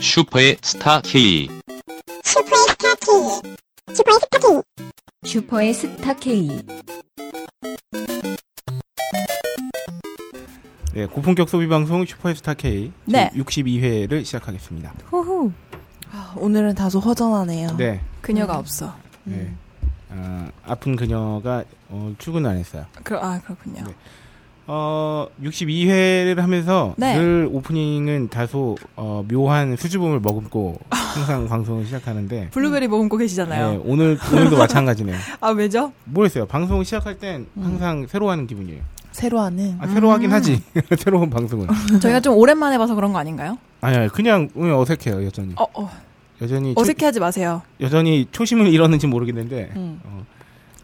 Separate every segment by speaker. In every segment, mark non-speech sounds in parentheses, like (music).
Speaker 1: 슈퍼의 스타 K.
Speaker 2: 슈퍼의 스타 K. 슈퍼의 스타 K.
Speaker 3: 슈퍼의 스타 K.
Speaker 4: 네, 고품격 소비 방송 슈퍼스타 K
Speaker 5: 네.
Speaker 4: 62회를 시작하겠습니다.
Speaker 5: 호호.
Speaker 6: 아, 오늘은 다소 허전하네요.
Speaker 4: 네.
Speaker 3: 음.
Speaker 6: 그녀가 없어.
Speaker 4: 네. 아, 아픈 그녀가 어, 출근을 안 했어요.
Speaker 6: 그러, 아 그렇군요.
Speaker 4: 네. 어, 62회를 하면서
Speaker 6: 네.
Speaker 4: 늘 오프닝은 다소 어, 묘한 수줍음을
Speaker 6: (laughs)
Speaker 4: 머금고 항상 방송을 시작하는데
Speaker 6: 블루베리 머금고 계시잖아요.
Speaker 4: 네, 오늘
Speaker 6: (laughs)
Speaker 4: 오늘도 마찬가지네요.
Speaker 6: 아 왜죠?
Speaker 4: 모르겠어요. 방송 시작할 땐
Speaker 6: 음.
Speaker 4: 항상 새로 하는 기분이에요.
Speaker 7: 새로 하는
Speaker 4: 아, 새로 하긴 하지. (laughs) 새로운 방송은.
Speaker 5: 저희가 좀 오랜만에 봐서 그런 거 아닌가요?
Speaker 4: 아니, 아니 그냥 그냥 어색해요, 여전히.
Speaker 6: 어, 어
Speaker 4: 여전히 초-
Speaker 6: 어색해하지 마세요.
Speaker 4: 여전히 초심을 잃었는지 모르겠는데
Speaker 7: 음.
Speaker 4: 어,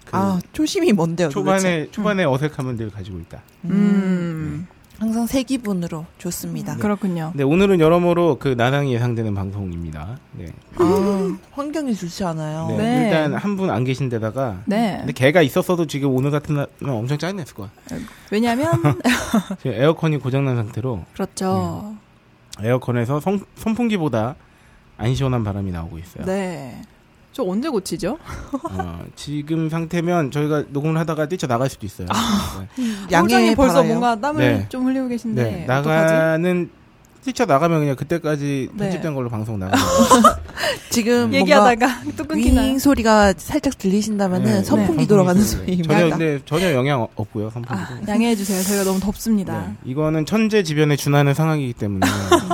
Speaker 4: 그
Speaker 7: 아 초심이 뭔데요? 도대체?
Speaker 4: 초반에 초반에 어색함을 늘 가지고 있다.
Speaker 6: 음,
Speaker 7: 항상 새 기분으로 좋습니다. 어.
Speaker 6: 그렇군요.
Speaker 4: 네 오늘은 여러모로 그 난항이 예상되는 방송입니다. 네,
Speaker 7: 아, 환경이 좋지 않아요.
Speaker 4: 네,
Speaker 6: 네.
Speaker 4: 일단 한 분 안 계신 데다가
Speaker 6: 네.
Speaker 4: 근데 걔가 있었어도 지금 오늘 같은 날은 엄청 짜증냈을 거야.
Speaker 6: (laughs) 왜냐하면
Speaker 4: 지금 에어컨이 고장난 상태로
Speaker 6: 그렇죠.
Speaker 4: 에어컨에서 선, 선풍기보다 안 시원한 바람이 나오고 있어요.
Speaker 6: 네. 저 언제 고치죠?
Speaker 4: 어, 지금 상태면 저희가 녹음을 하다가 뛰쳐 나갈 수도 있어요. 네.
Speaker 7: 양해
Speaker 6: 호정이 벌써
Speaker 7: 바라요.
Speaker 6: 뭔가 땀을
Speaker 4: 네.
Speaker 6: 좀 흘리고 계신데
Speaker 4: 네,
Speaker 6: 어떡하지?
Speaker 4: 나가는 뛰쳐 나가면 그냥 그때까지
Speaker 6: 네.
Speaker 4: 편집된 걸로 방송 나가요. 네,
Speaker 7: 지금 뭔가
Speaker 6: 얘기하다가 (laughs) 또 끊기나요?
Speaker 7: 윙 소리가 살짝 들리신다면은
Speaker 4: 네,
Speaker 7: 선풍기
Speaker 4: 네.
Speaker 7: 돌아가는
Speaker 4: 선풍기.
Speaker 7: 소리.
Speaker 4: 전혀 근데 전혀 영향 없고요 선풍기도.
Speaker 6: 아, 양해해 주세요. 저희가 너무 덥습니다.
Speaker 4: 네, 이거는 천재지변에 준하는 상황이기 때문에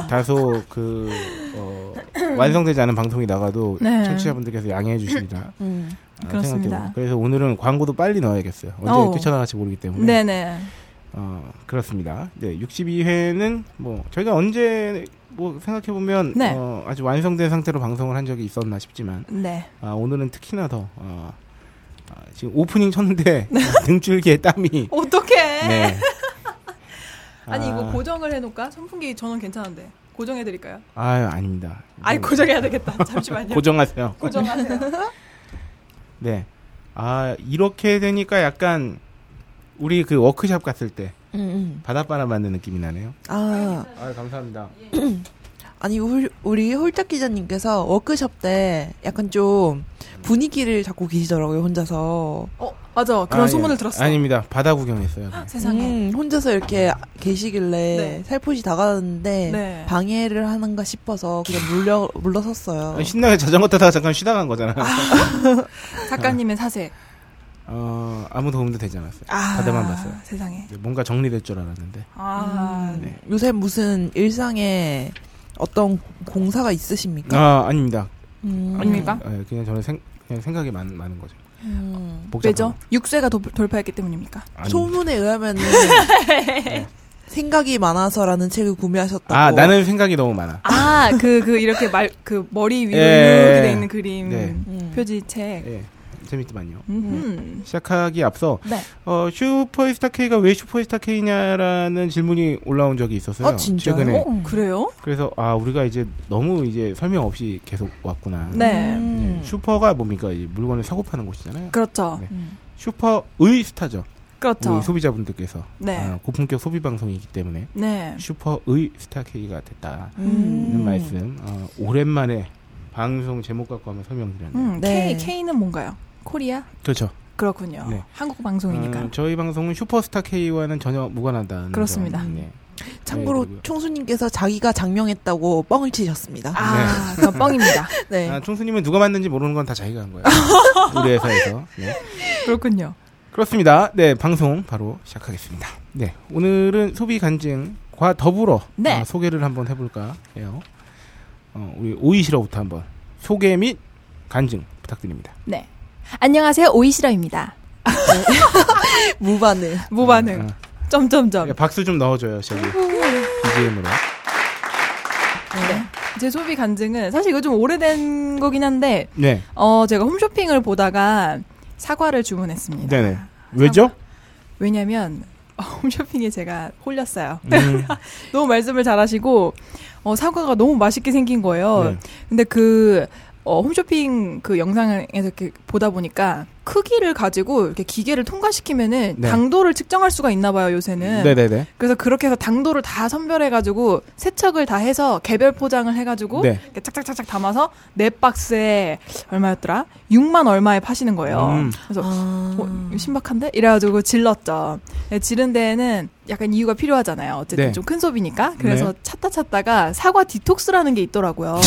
Speaker 4: 다소 그 어, 완성되지 않은 방송이 나가도
Speaker 6: 네.
Speaker 4: 청취자분들께서 양해해 주시리라
Speaker 7: 음.
Speaker 4: 아,
Speaker 6: 그렇습니다.
Speaker 4: 생각되고. 그래서 오늘은 광고도 빨리 넣어야겠어요. 언제
Speaker 6: 어우.
Speaker 4: 뛰쳐나갈지 모르기 때문에.
Speaker 6: 네, 네.
Speaker 4: 어, 그렇습니다. 네, 62회는 뭐 저희가 언제 뭐 생각해 보면
Speaker 6: 네.
Speaker 4: 어, 아주 완성된 상태로 방송을 한 적이 있었나 싶지만
Speaker 6: 네.
Speaker 4: 아, 오늘은 특히나 더 어, 아, 지금 오프닝
Speaker 6: (laughs)
Speaker 4: 쳤는데
Speaker 6: 네.
Speaker 4: (laughs) 등줄기에 땀이
Speaker 6: 어떡해.
Speaker 4: 네.
Speaker 6: (laughs) 아니
Speaker 4: 아,
Speaker 6: 이거 고정을 해 놓을까? 선풍기 저는 괜찮은데. 고정해 드릴까요?
Speaker 4: 아유 아닙니다.
Speaker 6: 아니
Speaker 4: 이거
Speaker 6: 고정해야
Speaker 4: (laughs)
Speaker 6: 되겠다. 잠시만요.
Speaker 4: 음. 고정하세요.
Speaker 6: 고정하세요.
Speaker 4: (laughs) 네. 아 이렇게 되니까 약간 우리 그 워크샵 갔을 때
Speaker 7: 음, 음.
Speaker 4: 바닷바람 맞는 느낌이 나네요.
Speaker 7: 아
Speaker 4: 아 감사합니다.
Speaker 7: 아니 우리, 우리 홀짝 기자님께서 워크숍 때 약간 좀 분위기를 잡고 계시더라고요 혼자서.
Speaker 6: 어, 맞아. 그런
Speaker 4: 아,
Speaker 6: 소문을
Speaker 4: 예.
Speaker 6: 들었어.
Speaker 4: 아닙니다. 바다 구경했어요. 그냥.
Speaker 6: 세상에.
Speaker 7: 음, 혼자서 이렇게 계시길래
Speaker 6: 네.
Speaker 7: 살포시 나가는데
Speaker 6: 네.
Speaker 7: 방해를 하는가 싶어서 그냥 물려 물러섰어요.
Speaker 4: 아니, 신나게 자전거 타다가 잠깐 쉬다 간 거잖아.
Speaker 6: 작가님의 사색.
Speaker 4: 어 아무 도움도 되지 않았어요.
Speaker 6: 아,
Speaker 4: 바다만 봤어요.
Speaker 6: 세상에.
Speaker 4: 네, 뭔가 정리될 줄 알았는데.
Speaker 6: 아,
Speaker 7: 음, 요새 무슨 일상에 어떤 공사가 있으십니까?
Speaker 4: 아 아닙니다.
Speaker 7: 음,
Speaker 6: 아닙니까?
Speaker 4: 아, 그냥 저는 생, 그냥 생각이 많, 많은 거죠.
Speaker 7: 음,
Speaker 4: 복잡한
Speaker 6: 왜죠? 육세가 도- 돌파했기 때문입니까?
Speaker 4: 아니.
Speaker 7: 소문에
Speaker 6: (laughs)
Speaker 7: 의하면 생각이 많아서라는 책을 구매하셨다고.
Speaker 4: 아 나는 생각이 너무 많아.
Speaker 6: (laughs) 아, 그, 그, 이렇게 말, 그, 머리 위로
Speaker 4: 예.
Speaker 6: 이렇게 돼 있는 그림.
Speaker 4: 네.
Speaker 7: 음.
Speaker 6: 표지책.
Speaker 4: 예, 재밌더만요.
Speaker 6: 음.
Speaker 4: 시작하기 앞서
Speaker 6: 네.
Speaker 4: 어, 슈퍼스타 K가 왜 슈퍼스타 K냐라는 질문이 올라온 적이 있었어요.
Speaker 7: 아, 진짜요?
Speaker 4: 최근에.
Speaker 6: 어, 그래요?
Speaker 4: 그래서 아 우리가 이제 너무 이제 설명 없이 계속 왔구나.
Speaker 6: 네.
Speaker 4: 네,
Speaker 7: 음.
Speaker 4: 슈퍼가 뭡니까? 이 물건을 사고 파는 곳이잖아요.
Speaker 6: 그렇죠.
Speaker 4: 네. 슈퍼의 스타죠.
Speaker 6: 그렇죠.
Speaker 4: 우리 소비자분들께서
Speaker 6: 네.
Speaker 4: 아, 고품격 소비 방송이기 때문에
Speaker 6: 네.
Speaker 4: 슈퍼의 스타 K가 됐다는
Speaker 7: 음.
Speaker 4: 말씀. 어, 오랜만에 방송 제목 갖고 한번 설명드렸네요.
Speaker 6: 음,
Speaker 7: 네.
Speaker 6: K, K는 뭔가요? 코리아?
Speaker 4: 그렇죠.
Speaker 6: 그렇군요.
Speaker 4: 네.
Speaker 6: 한국 방송이니까.
Speaker 4: 어, 저희 방송은 슈퍼스타 K와는 전혀 무관하다는
Speaker 6: 그렇습니다.
Speaker 4: 점. 네.
Speaker 7: 참고로
Speaker 4: 그리고요.
Speaker 7: 총수님께서 자기가 장명했다고 뻥을 치셨습니다.
Speaker 6: 아, 그건
Speaker 5: (laughs)
Speaker 6: 뻥입니다.
Speaker 7: 네.
Speaker 4: 아, 총수님은 누가 맞는지 모르는 건 다 자기가 한 거예요.
Speaker 6: (laughs)
Speaker 4: 우리 회사에서. 네.
Speaker 6: 그렇군요.
Speaker 4: 그렇습니다. 네, 방송 바로 시작하겠습니다. 네, 오늘은 소비 간증과 더불어
Speaker 6: 네.
Speaker 4: 아, 소개를 한번 해볼까 해요. 어, 우리 오이시로부터 한번 소개 및 간증 부탁드립니다.
Speaker 5: 네. 안녕하세요. 오이시러입니다.
Speaker 7: 무반응.
Speaker 6: 무반응.
Speaker 4: 아,
Speaker 6: 점점점.
Speaker 4: 아, 박수 좀 넣어줘요, 저기
Speaker 6: 음,
Speaker 4: BGM으로.
Speaker 6: 네. 제 소비 간증은 사실 이거 좀 오래된 거긴 한데
Speaker 4: 네,
Speaker 6: 어 제가 홈쇼핑을 보다가 사과를 주문했습니다.
Speaker 4: 네네.
Speaker 6: (laughs)
Speaker 4: 왜죠?
Speaker 6: 왜냐면 어, 홈쇼핑에 제가 홀렸어요.
Speaker 4: 음,
Speaker 6: 너무 말씀을 잘하시고 어 사과가 너무 맛있게 생긴 거예요.
Speaker 4: 네.
Speaker 6: 어, 근데 그 어, 홈쇼핑 그 영상에서 이렇게 보다 보니까 크기를 가지고 이렇게 기계를 통과시키면은
Speaker 4: 네.
Speaker 6: 당도를 측정할 수가 있나 봐요, 요새는.
Speaker 4: 네네네.
Speaker 6: 그래서 그렇게 해서 당도를 다 선별해가지고 세척을 다 해서 개별 포장을 해가지고
Speaker 4: 네.
Speaker 6: 이렇게 착착착착 담아서 네 박스에 얼마였더라? 6만 얼마에 파시는 거예요.
Speaker 4: 음.
Speaker 6: 그래서
Speaker 7: 아.
Speaker 6: 어, 이거 신박한데? 이래가지고 질렀죠. 네, 지른 데에는 약간 이유가 필요하잖아요. 어쨌든
Speaker 4: 네.
Speaker 6: 좀 큰 소비니까. 그래서
Speaker 4: 네.
Speaker 6: 찾다 찾다가 사과 디톡스라는
Speaker 4: (laughs)
Speaker 6: 게 있더라고요.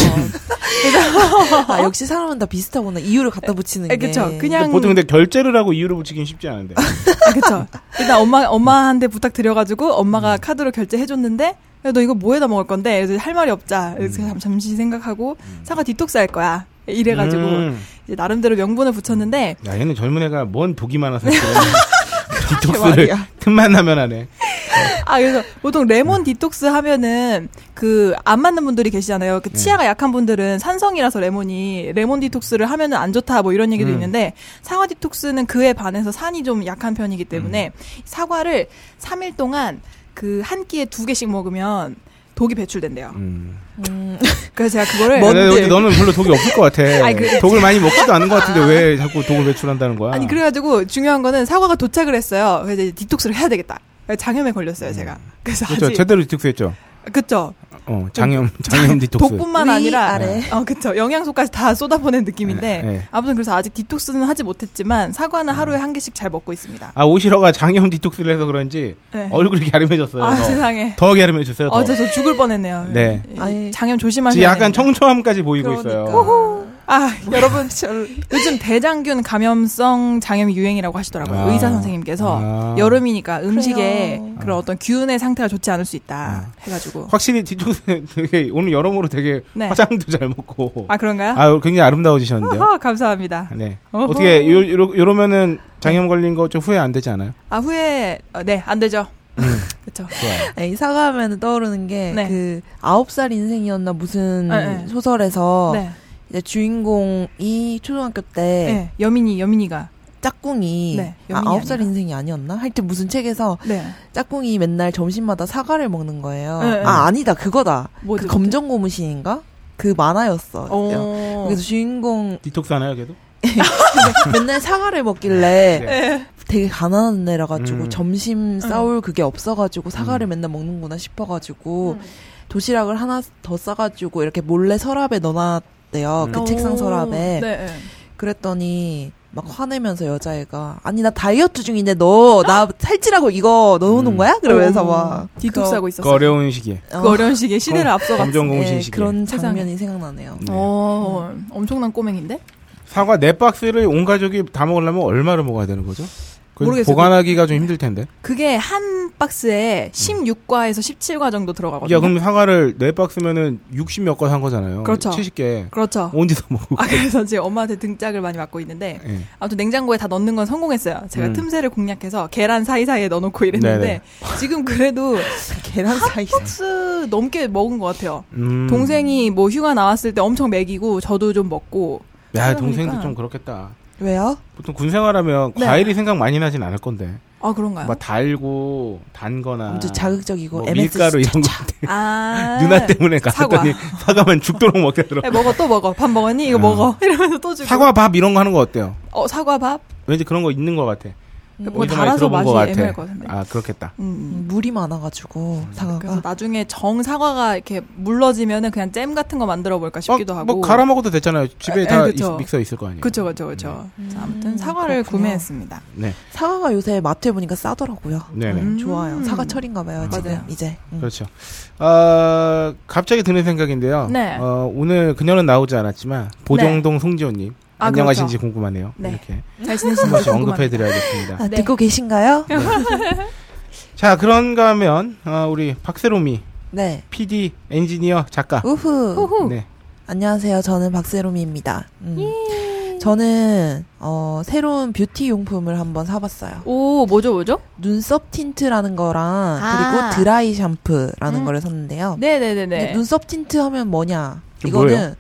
Speaker 7: 아, 역시 사람은 다 비슷하구나. 이유를 갖다 붙이는
Speaker 6: 에,
Speaker 7: 게.
Speaker 6: 그쵸. 그냥.
Speaker 4: 보통 근데 결제를 하고 이유를 붙이긴 쉽지
Speaker 6: (laughs)
Speaker 4: 않은데.
Speaker 6: 아, 그쵸. 일단 엄마, 엄마한테 부탁드려가지고 엄마가 카드로 결제해줬는데 야, 너 이거 뭐에다 먹을 건데? 그래서 할 말이 없자. 그래서 잠- 잠시 생각하고 사과 디톡스 할 거야. 이래가지고
Speaker 4: 음.
Speaker 6: 이제 나름대로 명분을 붙였는데
Speaker 4: 야, 얘는 젊은 애가 뭔 독이 많아서
Speaker 6: (laughs)
Speaker 4: 그런 디톡스를
Speaker 7: 말이야.
Speaker 4: 틈만 나면 하네.
Speaker 6: 아 그래서 보통 레몬 디톡스 하면은 그 안 맞는 분들이 계시잖아요.
Speaker 4: 네.
Speaker 6: 그 치아가 약한 분들은 산성이라서 레몬이 레몬 디톡스를 하면은 안 좋다 뭐 이런 얘기도
Speaker 4: 음.
Speaker 6: 있는데 사과 디톡스는 그에 반해서 산이 좀 약한 편이기 때문에
Speaker 4: 음.
Speaker 6: 사과를 3일 동안 그 한 끼에 두 개씩 먹으면 독이 배출된대요.
Speaker 4: 음.
Speaker 6: 그래서 제가 그거를 네.
Speaker 4: 야, 네, 근데 너는 별로 독이 없을 것 같아.
Speaker 6: (laughs) 아이, 그-
Speaker 4: 독을 많이 먹지도 않은 것 같은데 왜 자꾸 독을 배출한다는 거야?
Speaker 6: 아니 그래가지고 중요한 거는 사과가 도착을 했어요. 그래서 이제 디톡스를 해야 되겠다. 장염에 걸렸어요 제가. 그래서
Speaker 4: 그렇죠.
Speaker 6: 아직
Speaker 4: 제대로 디톡스했죠.
Speaker 6: 그쵸.
Speaker 4: 어, 장염, 장염 디톡스.
Speaker 6: 독뿐만
Speaker 7: 위,
Speaker 6: 아니라
Speaker 7: 아래.
Speaker 6: 어 그쵸 영양소까지 다 쏟아보낸 느낌인데
Speaker 4: 네, 음. 네.
Speaker 6: 아무튼 그래서 아직 디톡스는 하지 못했지만 사과는 하루에 한 개씩 잘 먹고 있습니다.
Speaker 4: 아 오시러가 장염 디톡스를 해서 그런지
Speaker 6: 네.
Speaker 4: 얼굴이 갸름해졌어요.
Speaker 6: 아
Speaker 4: 더.
Speaker 6: 세상에
Speaker 4: 더 갸름해졌어요. 더.
Speaker 6: 어제 저 죽을 뻔했네요.
Speaker 4: 네.
Speaker 6: 이
Speaker 7: 아이. 예.
Speaker 6: 장염
Speaker 4: 지금
Speaker 6: 조심하셔야
Speaker 4: 약간
Speaker 6: 됩니다.
Speaker 4: 청초함까지 보이고
Speaker 6: 그러니까.
Speaker 4: 있어요.
Speaker 6: 아 여러분 요즘 대장균 감염성 장염이 유행이라고 하시더라고요
Speaker 4: 아.
Speaker 6: 의사 선생님께서
Speaker 4: 아.
Speaker 6: 여름이니까 음식에
Speaker 7: 그래요.
Speaker 6: 그런 어떤 균의 상태가 좋지 않을 수
Speaker 4: 아.
Speaker 6: 있다 해가지고
Speaker 4: 확실히 디톡스 되게 오늘 여러모로 되게
Speaker 6: 네.
Speaker 4: 화장도 잘 먹고
Speaker 6: 아 그런가요?
Speaker 4: 아 굉장히 아름다워지셨는데요.
Speaker 6: 허허, 감사합니다.
Speaker 4: 네.
Speaker 6: 어허.
Speaker 4: 어떻게 요, 요, 요러면은 장염 걸린 거 좀 후회 안 되지 않아요?
Speaker 6: 아 후에 어, 네안 되죠.
Speaker 4: 음.
Speaker 6: 그렇죠.
Speaker 4: 좋아요.
Speaker 7: 이 사과하면 떠오르는 게,
Speaker 6: 네.
Speaker 7: 그, 아홉 살 인생이었나 무슨
Speaker 6: 네, 네.
Speaker 7: 소설에서,
Speaker 6: 네.
Speaker 7: 이제 주인공이 초등학교 때,
Speaker 6: 네. 여민이 여민이가
Speaker 7: 짝꿍이,
Speaker 6: 네,
Speaker 7: 아,
Speaker 6: 연인이
Speaker 7: 아홉 살
Speaker 6: 아니라.
Speaker 7: 인생이 아니었나? 하여튼 무슨 책에서
Speaker 6: 네.
Speaker 7: 짝꿍이 맨날 점심마다 사과를 먹는 거예요.
Speaker 6: 네, 네.
Speaker 7: 아, 아니다. 그거다.
Speaker 6: 뭐죠?
Speaker 7: 그 검정 고무신인가? 그 만화였어. 요
Speaker 6: 어.
Speaker 7: 그래서 주인공
Speaker 4: 디톡스 하나요, 걔도?
Speaker 7: 맨날 사과를 먹길래
Speaker 6: 네.
Speaker 7: 되게 가난한 애라 가지고
Speaker 4: 음.
Speaker 7: 점심 싸울 그게 없어가지고 사과를 맨날 먹는구나 싶어가지고
Speaker 6: 음.
Speaker 7: 도시락을 하나 더 싸가지고 이렇게 몰래 서랍에 넣어놨대요. 그
Speaker 4: 음.
Speaker 7: 책상
Speaker 6: 오.
Speaker 7: 서랍에.
Speaker 6: 네, 네.
Speaker 7: 그랬더니 막 화내면서 여자애가 아니 나 다이어트 중인데 너
Speaker 6: 아!
Speaker 7: 나 살찌라고 이거 넣어놓은
Speaker 4: 음.
Speaker 7: 거야? 그러면서
Speaker 6: 어.
Speaker 7: 막
Speaker 6: 디톡스 하고
Speaker 4: 그
Speaker 6: 있었어. 요
Speaker 4: 어려운 시기에.
Speaker 7: 어,
Speaker 6: 그 어려운 시기에 시대를
Speaker 4: 검-
Speaker 6: 앞서갔어.
Speaker 4: 검정
Speaker 7: 예,
Speaker 4: 공신 시기에.
Speaker 7: 그런
Speaker 6: 세상에.
Speaker 7: 장면이 생각나네요.
Speaker 4: 네.
Speaker 6: 어, 엄청난 꼬맹인데?
Speaker 4: 사과 네 박스를 온 가족이 다 먹으려면 얼마를 먹어야 되는 거죠? 그건
Speaker 6: 모르겠어요.
Speaker 4: 보관하기가 좀 힘들 텐데.
Speaker 6: 그게 한 박스에 16과에서 17과 정도 들어가거든요.
Speaker 4: 야, 그럼 사과를 네 박스면은 60 몇 건 산 거잖아요.
Speaker 6: 그렇죠.
Speaker 4: 70개.
Speaker 6: 그렇죠.
Speaker 4: 언제서 먹고.
Speaker 6: 아, 그래서 지금 엄마한테 등짝을 많이 맞고 있는데,
Speaker 4: 예.
Speaker 6: 아무튼 냉장고에 다 넣는 건 성공했어요. 제가
Speaker 4: 음. 네,
Speaker 6: 틈새를 공략해서 계란 사이사이에 넣어놓고 이랬는데, 지금 그래도
Speaker 7: (laughs)
Speaker 6: (laughs)
Speaker 7: 계란 사이.
Speaker 6: 박스 넘게 먹은 것 같아요.
Speaker 4: 음.
Speaker 6: 동생이 뭐 휴가 나왔을 때 엄청 먹이고, 저도 좀 먹고,
Speaker 4: 음. 야,
Speaker 6: 그러니까.
Speaker 4: 동생도 좀 그렇겠다.
Speaker 7: 왜요?
Speaker 4: 보통 군 생활하면
Speaker 6: 네.
Speaker 4: 과일이 생각 많이 나진 않을 건데.
Speaker 6: 아, 그런가요?
Speaker 4: 막 달고 단거나
Speaker 7: 아무튼 자극적이고
Speaker 4: 뭐
Speaker 7: MSG
Speaker 4: 밀가루 이런 거
Speaker 6: 아.
Speaker 4: (laughs) 누나 때문에
Speaker 6: 사과.
Speaker 4: 갔더니 사과. 만 죽도록 먹겠더라.
Speaker 6: 야, 네, 먹어 또 먹어 밥 먹었니 이거
Speaker 4: 어.
Speaker 6: 먹어 (laughs) 이러면서 또 주고
Speaker 4: 사과 밥 이런 거 하는 거 어때요?
Speaker 6: 어 사과밥
Speaker 4: 왠지 그런 거 있는 것 같아.
Speaker 6: 뭐
Speaker 4: 어디서 음. 많이
Speaker 6: 달아서
Speaker 4: 들어본
Speaker 6: 맛이
Speaker 4: 것 같아.
Speaker 6: 애매할 것 같은데
Speaker 4: 아 그렇겠다.
Speaker 6: 음.
Speaker 7: 물이 많아가지고
Speaker 4: 음.
Speaker 6: 그래서
Speaker 7: 사과가
Speaker 6: 나중에 정 사과가 이렇게 물러지면은 그냥 잼 같은 거 만들어 볼까 싶기도
Speaker 4: 막,
Speaker 6: 하고
Speaker 4: 뭐 갈아 먹어도 됐잖아요. 집에
Speaker 6: 에,
Speaker 4: 다
Speaker 6: 에, 그쵸.
Speaker 4: 있- 믹서 있을 거 아니에요.
Speaker 6: 그쵸 그쵸 그쵸 자, 아무튼
Speaker 7: 음,
Speaker 6: 사과를
Speaker 7: 그렇군요.
Speaker 6: 구매했습니다
Speaker 4: 네,
Speaker 7: 사과가 요새 마트에 보니까 싸더라고요.
Speaker 4: 네네.
Speaker 6: 음.
Speaker 7: 좋아요. 사과철인가 봐요 지금
Speaker 6: 맞아요.
Speaker 7: 이제. 음.
Speaker 4: 그렇죠. 아 갑자기 드는 생각인데요.
Speaker 6: 네.
Speaker 4: 어, 오늘 그녀는 나오지 않았지만 보정동 송지호님
Speaker 6: 아,
Speaker 4: 안녕하신지 궁금하네요.
Speaker 6: 네.
Speaker 4: 이렇게
Speaker 6: 잘
Speaker 4: 음. 한
Speaker 6: 지내시는지
Speaker 4: 번씩
Speaker 6: 궁금합니다
Speaker 4: 언급해드려야겠습니다.
Speaker 7: 아,
Speaker 6: 네.
Speaker 7: 듣고 계신가요?
Speaker 4: 자 그런가 하면 어, 우리 박세롬이
Speaker 7: 네.
Speaker 4: PD 엔지니어 작가
Speaker 7: 우후.
Speaker 6: 호호
Speaker 4: 네.
Speaker 7: 안녕하세요. 저는 박세롬입니다. 음.
Speaker 6: 예.
Speaker 7: 저는 어, 새로운 뷰티 용품을 한번 사봤어요.
Speaker 6: 오 뭐죠 뭐죠
Speaker 7: 눈썹 틴트라는 거랑
Speaker 6: 아.
Speaker 7: 그리고 드라이 샴푸라는
Speaker 6: 음.
Speaker 7: 거를 샀는데요. 근데
Speaker 6: 네네네네
Speaker 7: 눈썹 틴트 하면 뭐냐?
Speaker 4: 그게
Speaker 7: 이거는
Speaker 4: 뭐예요?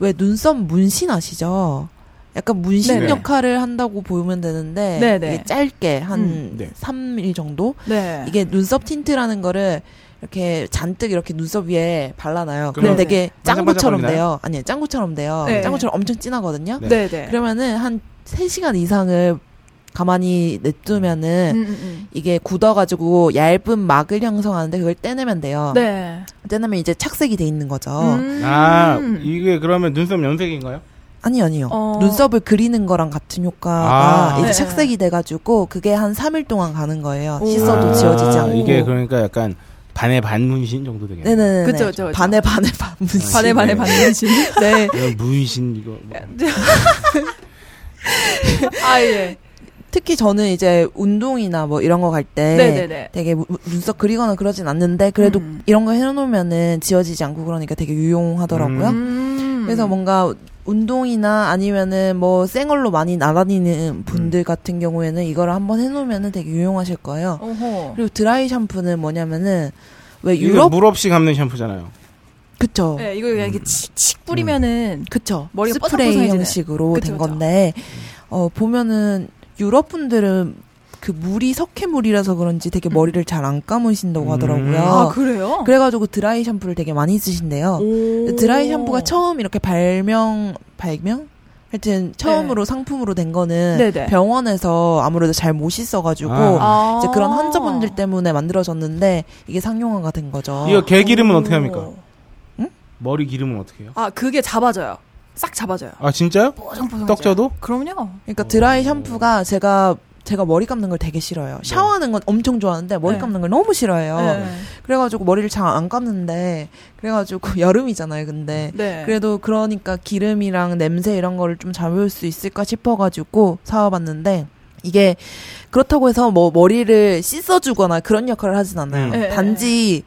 Speaker 7: 왜 눈썹 문신 아시죠? 약간 문신
Speaker 4: 네네.
Speaker 7: 역할을 한다고 보면 되는데
Speaker 6: 네네.
Speaker 7: 이게 짧게 한
Speaker 6: 음.
Speaker 4: 네.
Speaker 7: 3일 정도
Speaker 6: 네
Speaker 7: 이게 눈썹 틴트라는 거를 이렇게 잔뜩 이렇게 눈썹 위에 발라놔요. 그럼
Speaker 4: 그러면
Speaker 7: 되게
Speaker 4: 반짝반짝
Speaker 7: 짱구처럼
Speaker 4: 거리나요?
Speaker 7: 돼요. 아니 짱구처럼 돼요.
Speaker 6: 네.
Speaker 7: 짱구처럼 엄청 진하거든요.
Speaker 4: 네.
Speaker 6: 네네
Speaker 7: 그러면은 한 3시간 이상을 가만히 냅두면은
Speaker 6: 음, 음,
Speaker 7: 이게 굳어가지고 얇은 막을 형성하는데 그걸 떼내면 돼요.
Speaker 6: 음. 네.
Speaker 7: 떼내면 이제 착색이 돼 있는 거죠.
Speaker 6: 음.
Speaker 4: 아 이게 그러면 눈썹 염색인가요?
Speaker 7: 아니 아니요.
Speaker 6: 어.
Speaker 7: 눈썹을 그리는 거랑 같은 효과가
Speaker 4: 아.
Speaker 7: 이제
Speaker 6: 네.
Speaker 7: 착색이 돼가지고 그게 한 3일 동안 가는 거예요.
Speaker 6: 오.
Speaker 7: 씻어도
Speaker 4: 아,
Speaker 7: 지워지지 않고.
Speaker 4: 이게 그러니까 약간 반의 반 문신 정도 되겠네요.
Speaker 7: 네네네.
Speaker 6: 그쵸, 그쵸, 그쵸.
Speaker 7: 반에 반에 아, 반 문신.
Speaker 6: 반에 반에
Speaker 4: 네.
Speaker 6: 반는지.
Speaker 7: 네.
Speaker 4: 이런 문신 이거 뭐.
Speaker 6: (laughs) 아 예.
Speaker 7: 특히 저는 이제 운동이나 뭐 이런 거 갈 때
Speaker 6: 네네네.
Speaker 7: 되게 무- 눈썹 그리거나 그러진 않는데 그래도
Speaker 6: 음.
Speaker 7: 이런 거 해놓으면은 지워지지 않고 그러니까 되게 유용하더라고요.
Speaker 6: 음.
Speaker 7: 그래서 뭔가 운동이나 아니면은 뭐 생얼로 많이 날아다니는
Speaker 4: 음.
Speaker 7: 분들 같은 경우에는 이거를 한번 해놓으면은 되게 유용하실 거예요.
Speaker 6: 어허.
Speaker 7: 그리고 드라이 샴푸는 뭐냐면은 왜
Speaker 4: 이거
Speaker 7: 유럽
Speaker 4: 물 없이 감는 샴푸잖아요.
Speaker 7: 그쵸
Speaker 6: 네, 이거 그냥 이렇게 칙칙 뿌리면은
Speaker 7: 음. 그쵸
Speaker 6: 머리가
Speaker 7: 스프레이
Speaker 6: 뽀송뽀송해지는.
Speaker 7: 형식으로
Speaker 6: 그쵸,
Speaker 7: 된
Speaker 6: 그쵸.
Speaker 7: 건데 어 보면은 유럽 분들은 그 물이 석회물이라서 그런지 되게 머리를 잘 안 감으신다고
Speaker 4: 음.
Speaker 7: 하더라고요.
Speaker 6: 음. 아 그래요?
Speaker 7: 그래가지고 드라이 샴푸를 되게 많이 쓰신대요.
Speaker 6: 오.
Speaker 7: 드라이 샴푸가 처음 이렇게 발명 발명 하여튼 처음으로 상품으로 된 거는
Speaker 6: 네. 네네.
Speaker 7: 병원에서 아무래도 잘 못 씻어가지고
Speaker 4: 아.
Speaker 6: 아.
Speaker 7: 이제 그런 환자분들 때문에 만들어졌는데 이게 상용화가 된 거죠.
Speaker 4: 이거 개 기름은 어떻게 합니까?
Speaker 7: 응?
Speaker 4: 머리 기름은 어떻게 해요?
Speaker 6: 아 그게 잡아져요. 싹 잡아져요.
Speaker 4: 아 진짜요?
Speaker 6: 뽀송뽀송.
Speaker 4: 떡져도?
Speaker 6: 그럼요.
Speaker 7: 그러니까 드라이 샴푸가 제가 제가 머리 감는 걸 되게 싫어요. 샤워하는 건 엄청 좋아하는데 머리
Speaker 6: 네.
Speaker 7: 감는 걸 너무 싫어해요.
Speaker 6: 네.
Speaker 7: 그래가지고 머리를 잘 안 감는데 그래가지고 (laughs) 여름이잖아요. 근데
Speaker 6: 네.
Speaker 7: 그래도 그러니까 기름이랑 냄새 이런 거를 좀 잡을 수 있을까 싶어가지고 사와봤는데 이게 그렇다고 해서 뭐 머리를 씻어주거나 그런 역할을 하진 않아요.
Speaker 4: 네.
Speaker 6: 네.
Speaker 7: 단지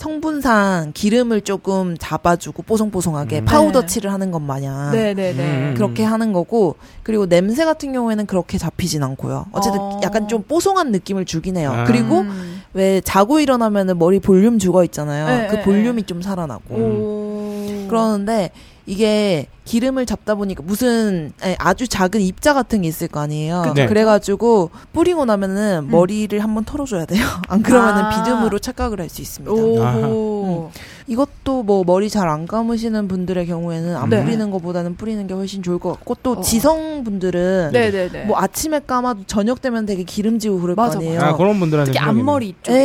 Speaker 7: 성분상 기름을 조금 잡아주고 뽀송뽀송하게
Speaker 4: 음.
Speaker 7: 파우더
Speaker 6: 네.
Speaker 7: 칠을 하는 것 마냥
Speaker 6: 아. 네네네.
Speaker 4: 음.
Speaker 7: 그렇게 하는 거고 그리고 냄새 같은 경우에는 그렇게 잡히진 않고요. 어쨌든
Speaker 6: 어.
Speaker 7: 약간 좀 뽀송한 느낌을 주긴 해요.
Speaker 4: 아.
Speaker 7: 그리고
Speaker 6: 음.
Speaker 7: 왜 자고 일어나면은 머리 볼륨 죽어 있잖아요.
Speaker 6: 네,
Speaker 7: 그
Speaker 6: 네,
Speaker 7: 볼륨이 좀 살아나고
Speaker 6: 오.
Speaker 7: 그러는데 이게 기름을 잡다 보니까 무슨 에, 아주 작은 입자 같은 게 있을 거 아니에요.
Speaker 4: 그쵸, 네.
Speaker 7: 그래가지고 뿌리고 나면은 머리를 한번 털어줘야 돼요. (laughs) 안 그러면은
Speaker 6: 아.
Speaker 7: 비듬으로 착각을 할 수 있습니다.
Speaker 4: 아.
Speaker 7: 음.
Speaker 6: 오.
Speaker 7: 이것도 뭐 머리 잘 안 감으시는 분들의 경우에는 안
Speaker 6: 네.
Speaker 7: 뿌리는 것보다는 뿌리는 게 훨씬 좋을 것 같고 또
Speaker 6: 어.
Speaker 7: 지성분들은
Speaker 6: 네네네.
Speaker 7: 뭐 아침에 감아도 저녁 되면 되게 기름지고 그럴
Speaker 6: 맞아,
Speaker 7: 거 아니에요.
Speaker 4: 아 그런 분들한테
Speaker 6: 특히 앞머리
Speaker 7: 예,
Speaker 6: 쪽에.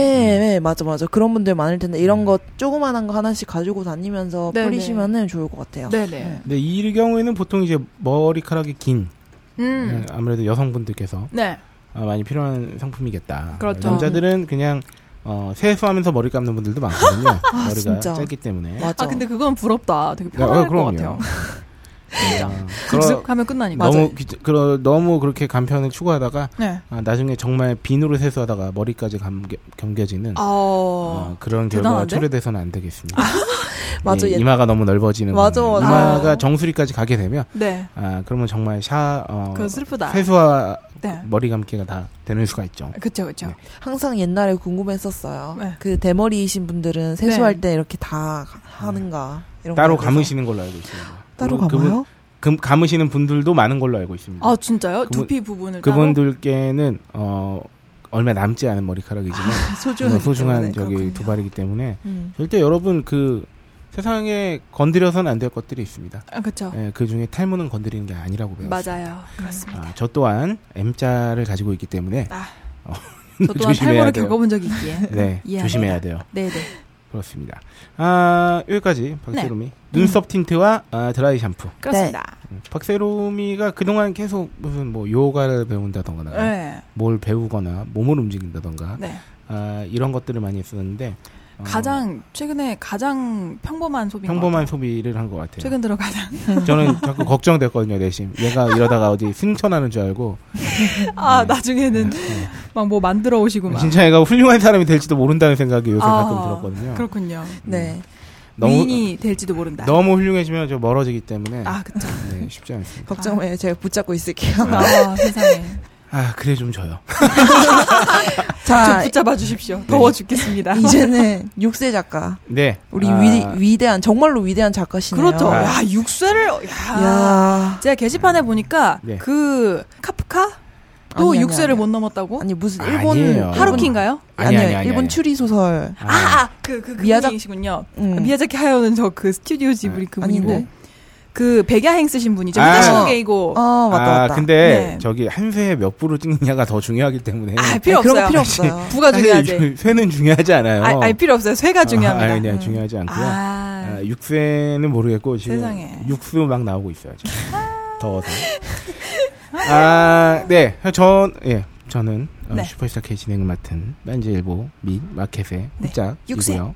Speaker 7: 예, 맞아, 맞아. 그런 분들 많을 텐데, 이런
Speaker 4: 음.
Speaker 7: 거 조그만한 거 하나씩 가지고 다니면서
Speaker 6: 네네.
Speaker 7: 뿌리시면은 좋을 것 같아요.
Speaker 6: 네네.
Speaker 4: 근데 이 경우에는 보통 이제 머리카락이 긴
Speaker 6: 음.
Speaker 4: 네, 아무래도 여성분들께서
Speaker 6: 네.
Speaker 4: 아, 많이 필요한 상품이겠다.
Speaker 6: 그렇죠.
Speaker 4: 남자들은 그냥 어, 세수하면서 머리 감는 분들도 많거든요. 머리가
Speaker 7: 진짜.
Speaker 4: 짧기 때문에.
Speaker 7: 맞아.
Speaker 8: 아 근데 그건 부럽다. 되게
Speaker 4: 네, 어,
Speaker 8: 편할 것
Speaker 4: 그럼요. (laughs)
Speaker 8: 같아요.
Speaker 4: 어,
Speaker 8: (laughs)
Speaker 4: 그러-
Speaker 8: 쓱쓱 하면 끝나니까.
Speaker 4: 너무 귀- 그러, 너무 그렇게 간편을 추구하다가
Speaker 8: 네.
Speaker 4: 아, 나중에 정말 비누로 세수하다가 머리까지 감겨, 겸겨지는
Speaker 8: 어.
Speaker 4: 어, 그런 결과가
Speaker 8: 대단한데?
Speaker 4: 초래돼서는 안 되겠습니다.
Speaker 7: 아,
Speaker 4: 예,
Speaker 7: 맞아, (laughs)
Speaker 4: 이-
Speaker 7: 옛-
Speaker 4: 이마가 너무 넓어지는
Speaker 7: 맞아,
Speaker 4: 거는
Speaker 7: 맞아.
Speaker 4: 이마가 정수리까지 가게 되면
Speaker 8: 네.
Speaker 4: 아 그러면 정말 샤 어,
Speaker 8: 그건 슬프다.
Speaker 4: 세수와
Speaker 8: 네.
Speaker 4: 머리 감기가 다 되는 수가
Speaker 7: 아,
Speaker 4: 있죠.
Speaker 8: 그쵸 그쵸.
Speaker 4: 네.
Speaker 7: 항상 옛날에 궁금했었어요.
Speaker 8: 네.
Speaker 7: 그 대머리이신 분들은 세수할
Speaker 8: 네.
Speaker 7: 때 이렇게 다 하는가. 이런
Speaker 4: 따로
Speaker 7: 거에 대해서.
Speaker 4: 감으시는 걸로 알고 있습니다.
Speaker 7: 따로
Speaker 4: 그리고 그분-
Speaker 7: 감아요?
Speaker 4: 금- 감으시는 분들도 많은 걸로 알고 있습니다.
Speaker 8: 아 진짜요?
Speaker 4: 그분-
Speaker 8: 두피 부분을 (laughs) 따로?
Speaker 4: 그분들께는 어 얼마 남지 않은 머리카락이지만
Speaker 7: 소중한,
Speaker 4: 정말 뭐 소중한
Speaker 8: 네,
Speaker 7: 때문에
Speaker 4: 저기
Speaker 7: 아, 그렇군요.
Speaker 4: 두발이기 때문에
Speaker 7: 음.
Speaker 4: 절대 여러분 그 세상에 건드려서는 안 될 것들이 있습니다.
Speaker 8: 아, 그쵸.
Speaker 4: 예, 그 중에 탈모는 건드리는 게 아니라고 배웠습니다.
Speaker 8: 맞아요. 음. 그렇습니다.
Speaker 4: 아, 저 또한 M자를 가지고 있기 때문에
Speaker 8: 아.
Speaker 4: (laughs) 어,
Speaker 8: 저 또한
Speaker 4: 조심해야
Speaker 8: 탈모를
Speaker 4: 돼요.
Speaker 8: 겪어본 적이
Speaker 4: (laughs)
Speaker 8: 있기에.
Speaker 4: 네,
Speaker 8: (laughs) 이해합니다.
Speaker 4: 조심해야 돼요.
Speaker 8: 네네.
Speaker 4: 그렇습니다. 아, 여기까지
Speaker 8: 네.
Speaker 4: 박세롬이
Speaker 8: 음.
Speaker 4: 눈썹 틴트와 아, 드라이 샴푸.
Speaker 8: 그렇습니다.
Speaker 4: 음, 박세롬이가 그동안 계속 무슨 뭐 요가를 배운다던가
Speaker 8: 네.
Speaker 4: 뭘 배우거나 몸을 움직인다던가
Speaker 8: 네.
Speaker 4: 아, 이런 것들을 많이 했었는데 어,
Speaker 8: 가장 최근에 가장 평범한 소비인 것
Speaker 4: 평범한
Speaker 8: 같아요.
Speaker 4: 소비를 한 것 같아요.
Speaker 8: 최근 들어 가장
Speaker 4: 저는 자꾸 걱정됐거든요 내심. 얘가 이러다가 어디 승천하는 줄 알고 네.
Speaker 8: 아 나중에는 막 뭐 만들어 오시고 막
Speaker 4: 아, 진짜 얘가 훌륭한 사람이 될지도 모른다는 생각이 요새
Speaker 8: 아,
Speaker 4: 가끔 들었거든요.
Speaker 8: 그렇군요.
Speaker 7: 네.
Speaker 4: 너무
Speaker 8: 미인이 될지도 모른다.
Speaker 4: 너무 훌륭해지면 저 멀어지기 때문에
Speaker 8: 아 그쵸.
Speaker 4: 네, 쉽지 않습니다.
Speaker 7: 걱정 마요. 제가 붙잡고 있을게요.
Speaker 4: 네.
Speaker 8: 아 세상에.
Speaker 4: 아 그래 좀 져요.
Speaker 8: 좀
Speaker 7: (laughs) 자,
Speaker 8: 붙잡아 주십시오. 더워 죽겠습니다.
Speaker 7: (laughs)
Speaker 6: (laughs)
Speaker 7: 이제는 육세 작가.
Speaker 4: 네,
Speaker 7: 우리
Speaker 4: 아,
Speaker 7: 위, 대한 정말로 위대한 작가시네요.
Speaker 8: 그렇죠.
Speaker 4: 아.
Speaker 8: 야 육세를 야.
Speaker 7: 야
Speaker 8: 제가 게시판에 보니까
Speaker 4: 네.
Speaker 8: 그 카프카 또
Speaker 7: 아니, 아니,
Speaker 8: 육세를
Speaker 7: 아니.
Speaker 8: 못 넘었다고?
Speaker 7: 아니 무슨 일본
Speaker 6: 음,
Speaker 4: 아니에요.
Speaker 8: 하루키인가요?
Speaker 4: 아니 아니
Speaker 7: 아니요,
Speaker 4: 아니
Speaker 7: 일본
Speaker 4: 아니.
Speaker 7: 추리 소설.
Speaker 4: 아,
Speaker 8: 아, 아, 그, 그, 그
Speaker 7: 미야자-
Speaker 8: 분이시군요.
Speaker 7: 음.
Speaker 8: 미야자키 하야오는 저 그 스튜디오 지브리 그분이고.
Speaker 7: 아닌데.
Speaker 6: 그 백야행 쓰신 분이죠.
Speaker 4: 아.
Speaker 6: 후다신계이고.
Speaker 7: 어, 맞다,
Speaker 4: 아
Speaker 7: 맞다.
Speaker 4: 근데
Speaker 6: 네.
Speaker 4: 저기 한 회에 몇 부를 찍느냐가 더 중요하기 때문에
Speaker 6: 아, 필요
Speaker 7: 네, 그런
Speaker 6: 없어요.
Speaker 7: 거 필요 없어요.
Speaker 6: (laughs) 부가 중요하지.
Speaker 4: 사실 회는 중요하지 않아요.
Speaker 6: 아, 아니, 필요 없어요. 쇠가 중요합니다.
Speaker 4: 아, 아니,
Speaker 7: 음.
Speaker 4: 그냥 중요하지 않고요.
Speaker 6: 아,
Speaker 4: 아, 육세는 모르겠고 지금
Speaker 6: 세상에. 아.
Speaker 4: 육수 막 나오고 있어요 지금 더워서. 아, 아네전 예. 저는 어,
Speaker 6: 네.
Speaker 4: 슈퍼스타 K 진행을 맡은 딴지일보 및 마켓의
Speaker 6: 네. 육세.
Speaker 4: 짝이고요.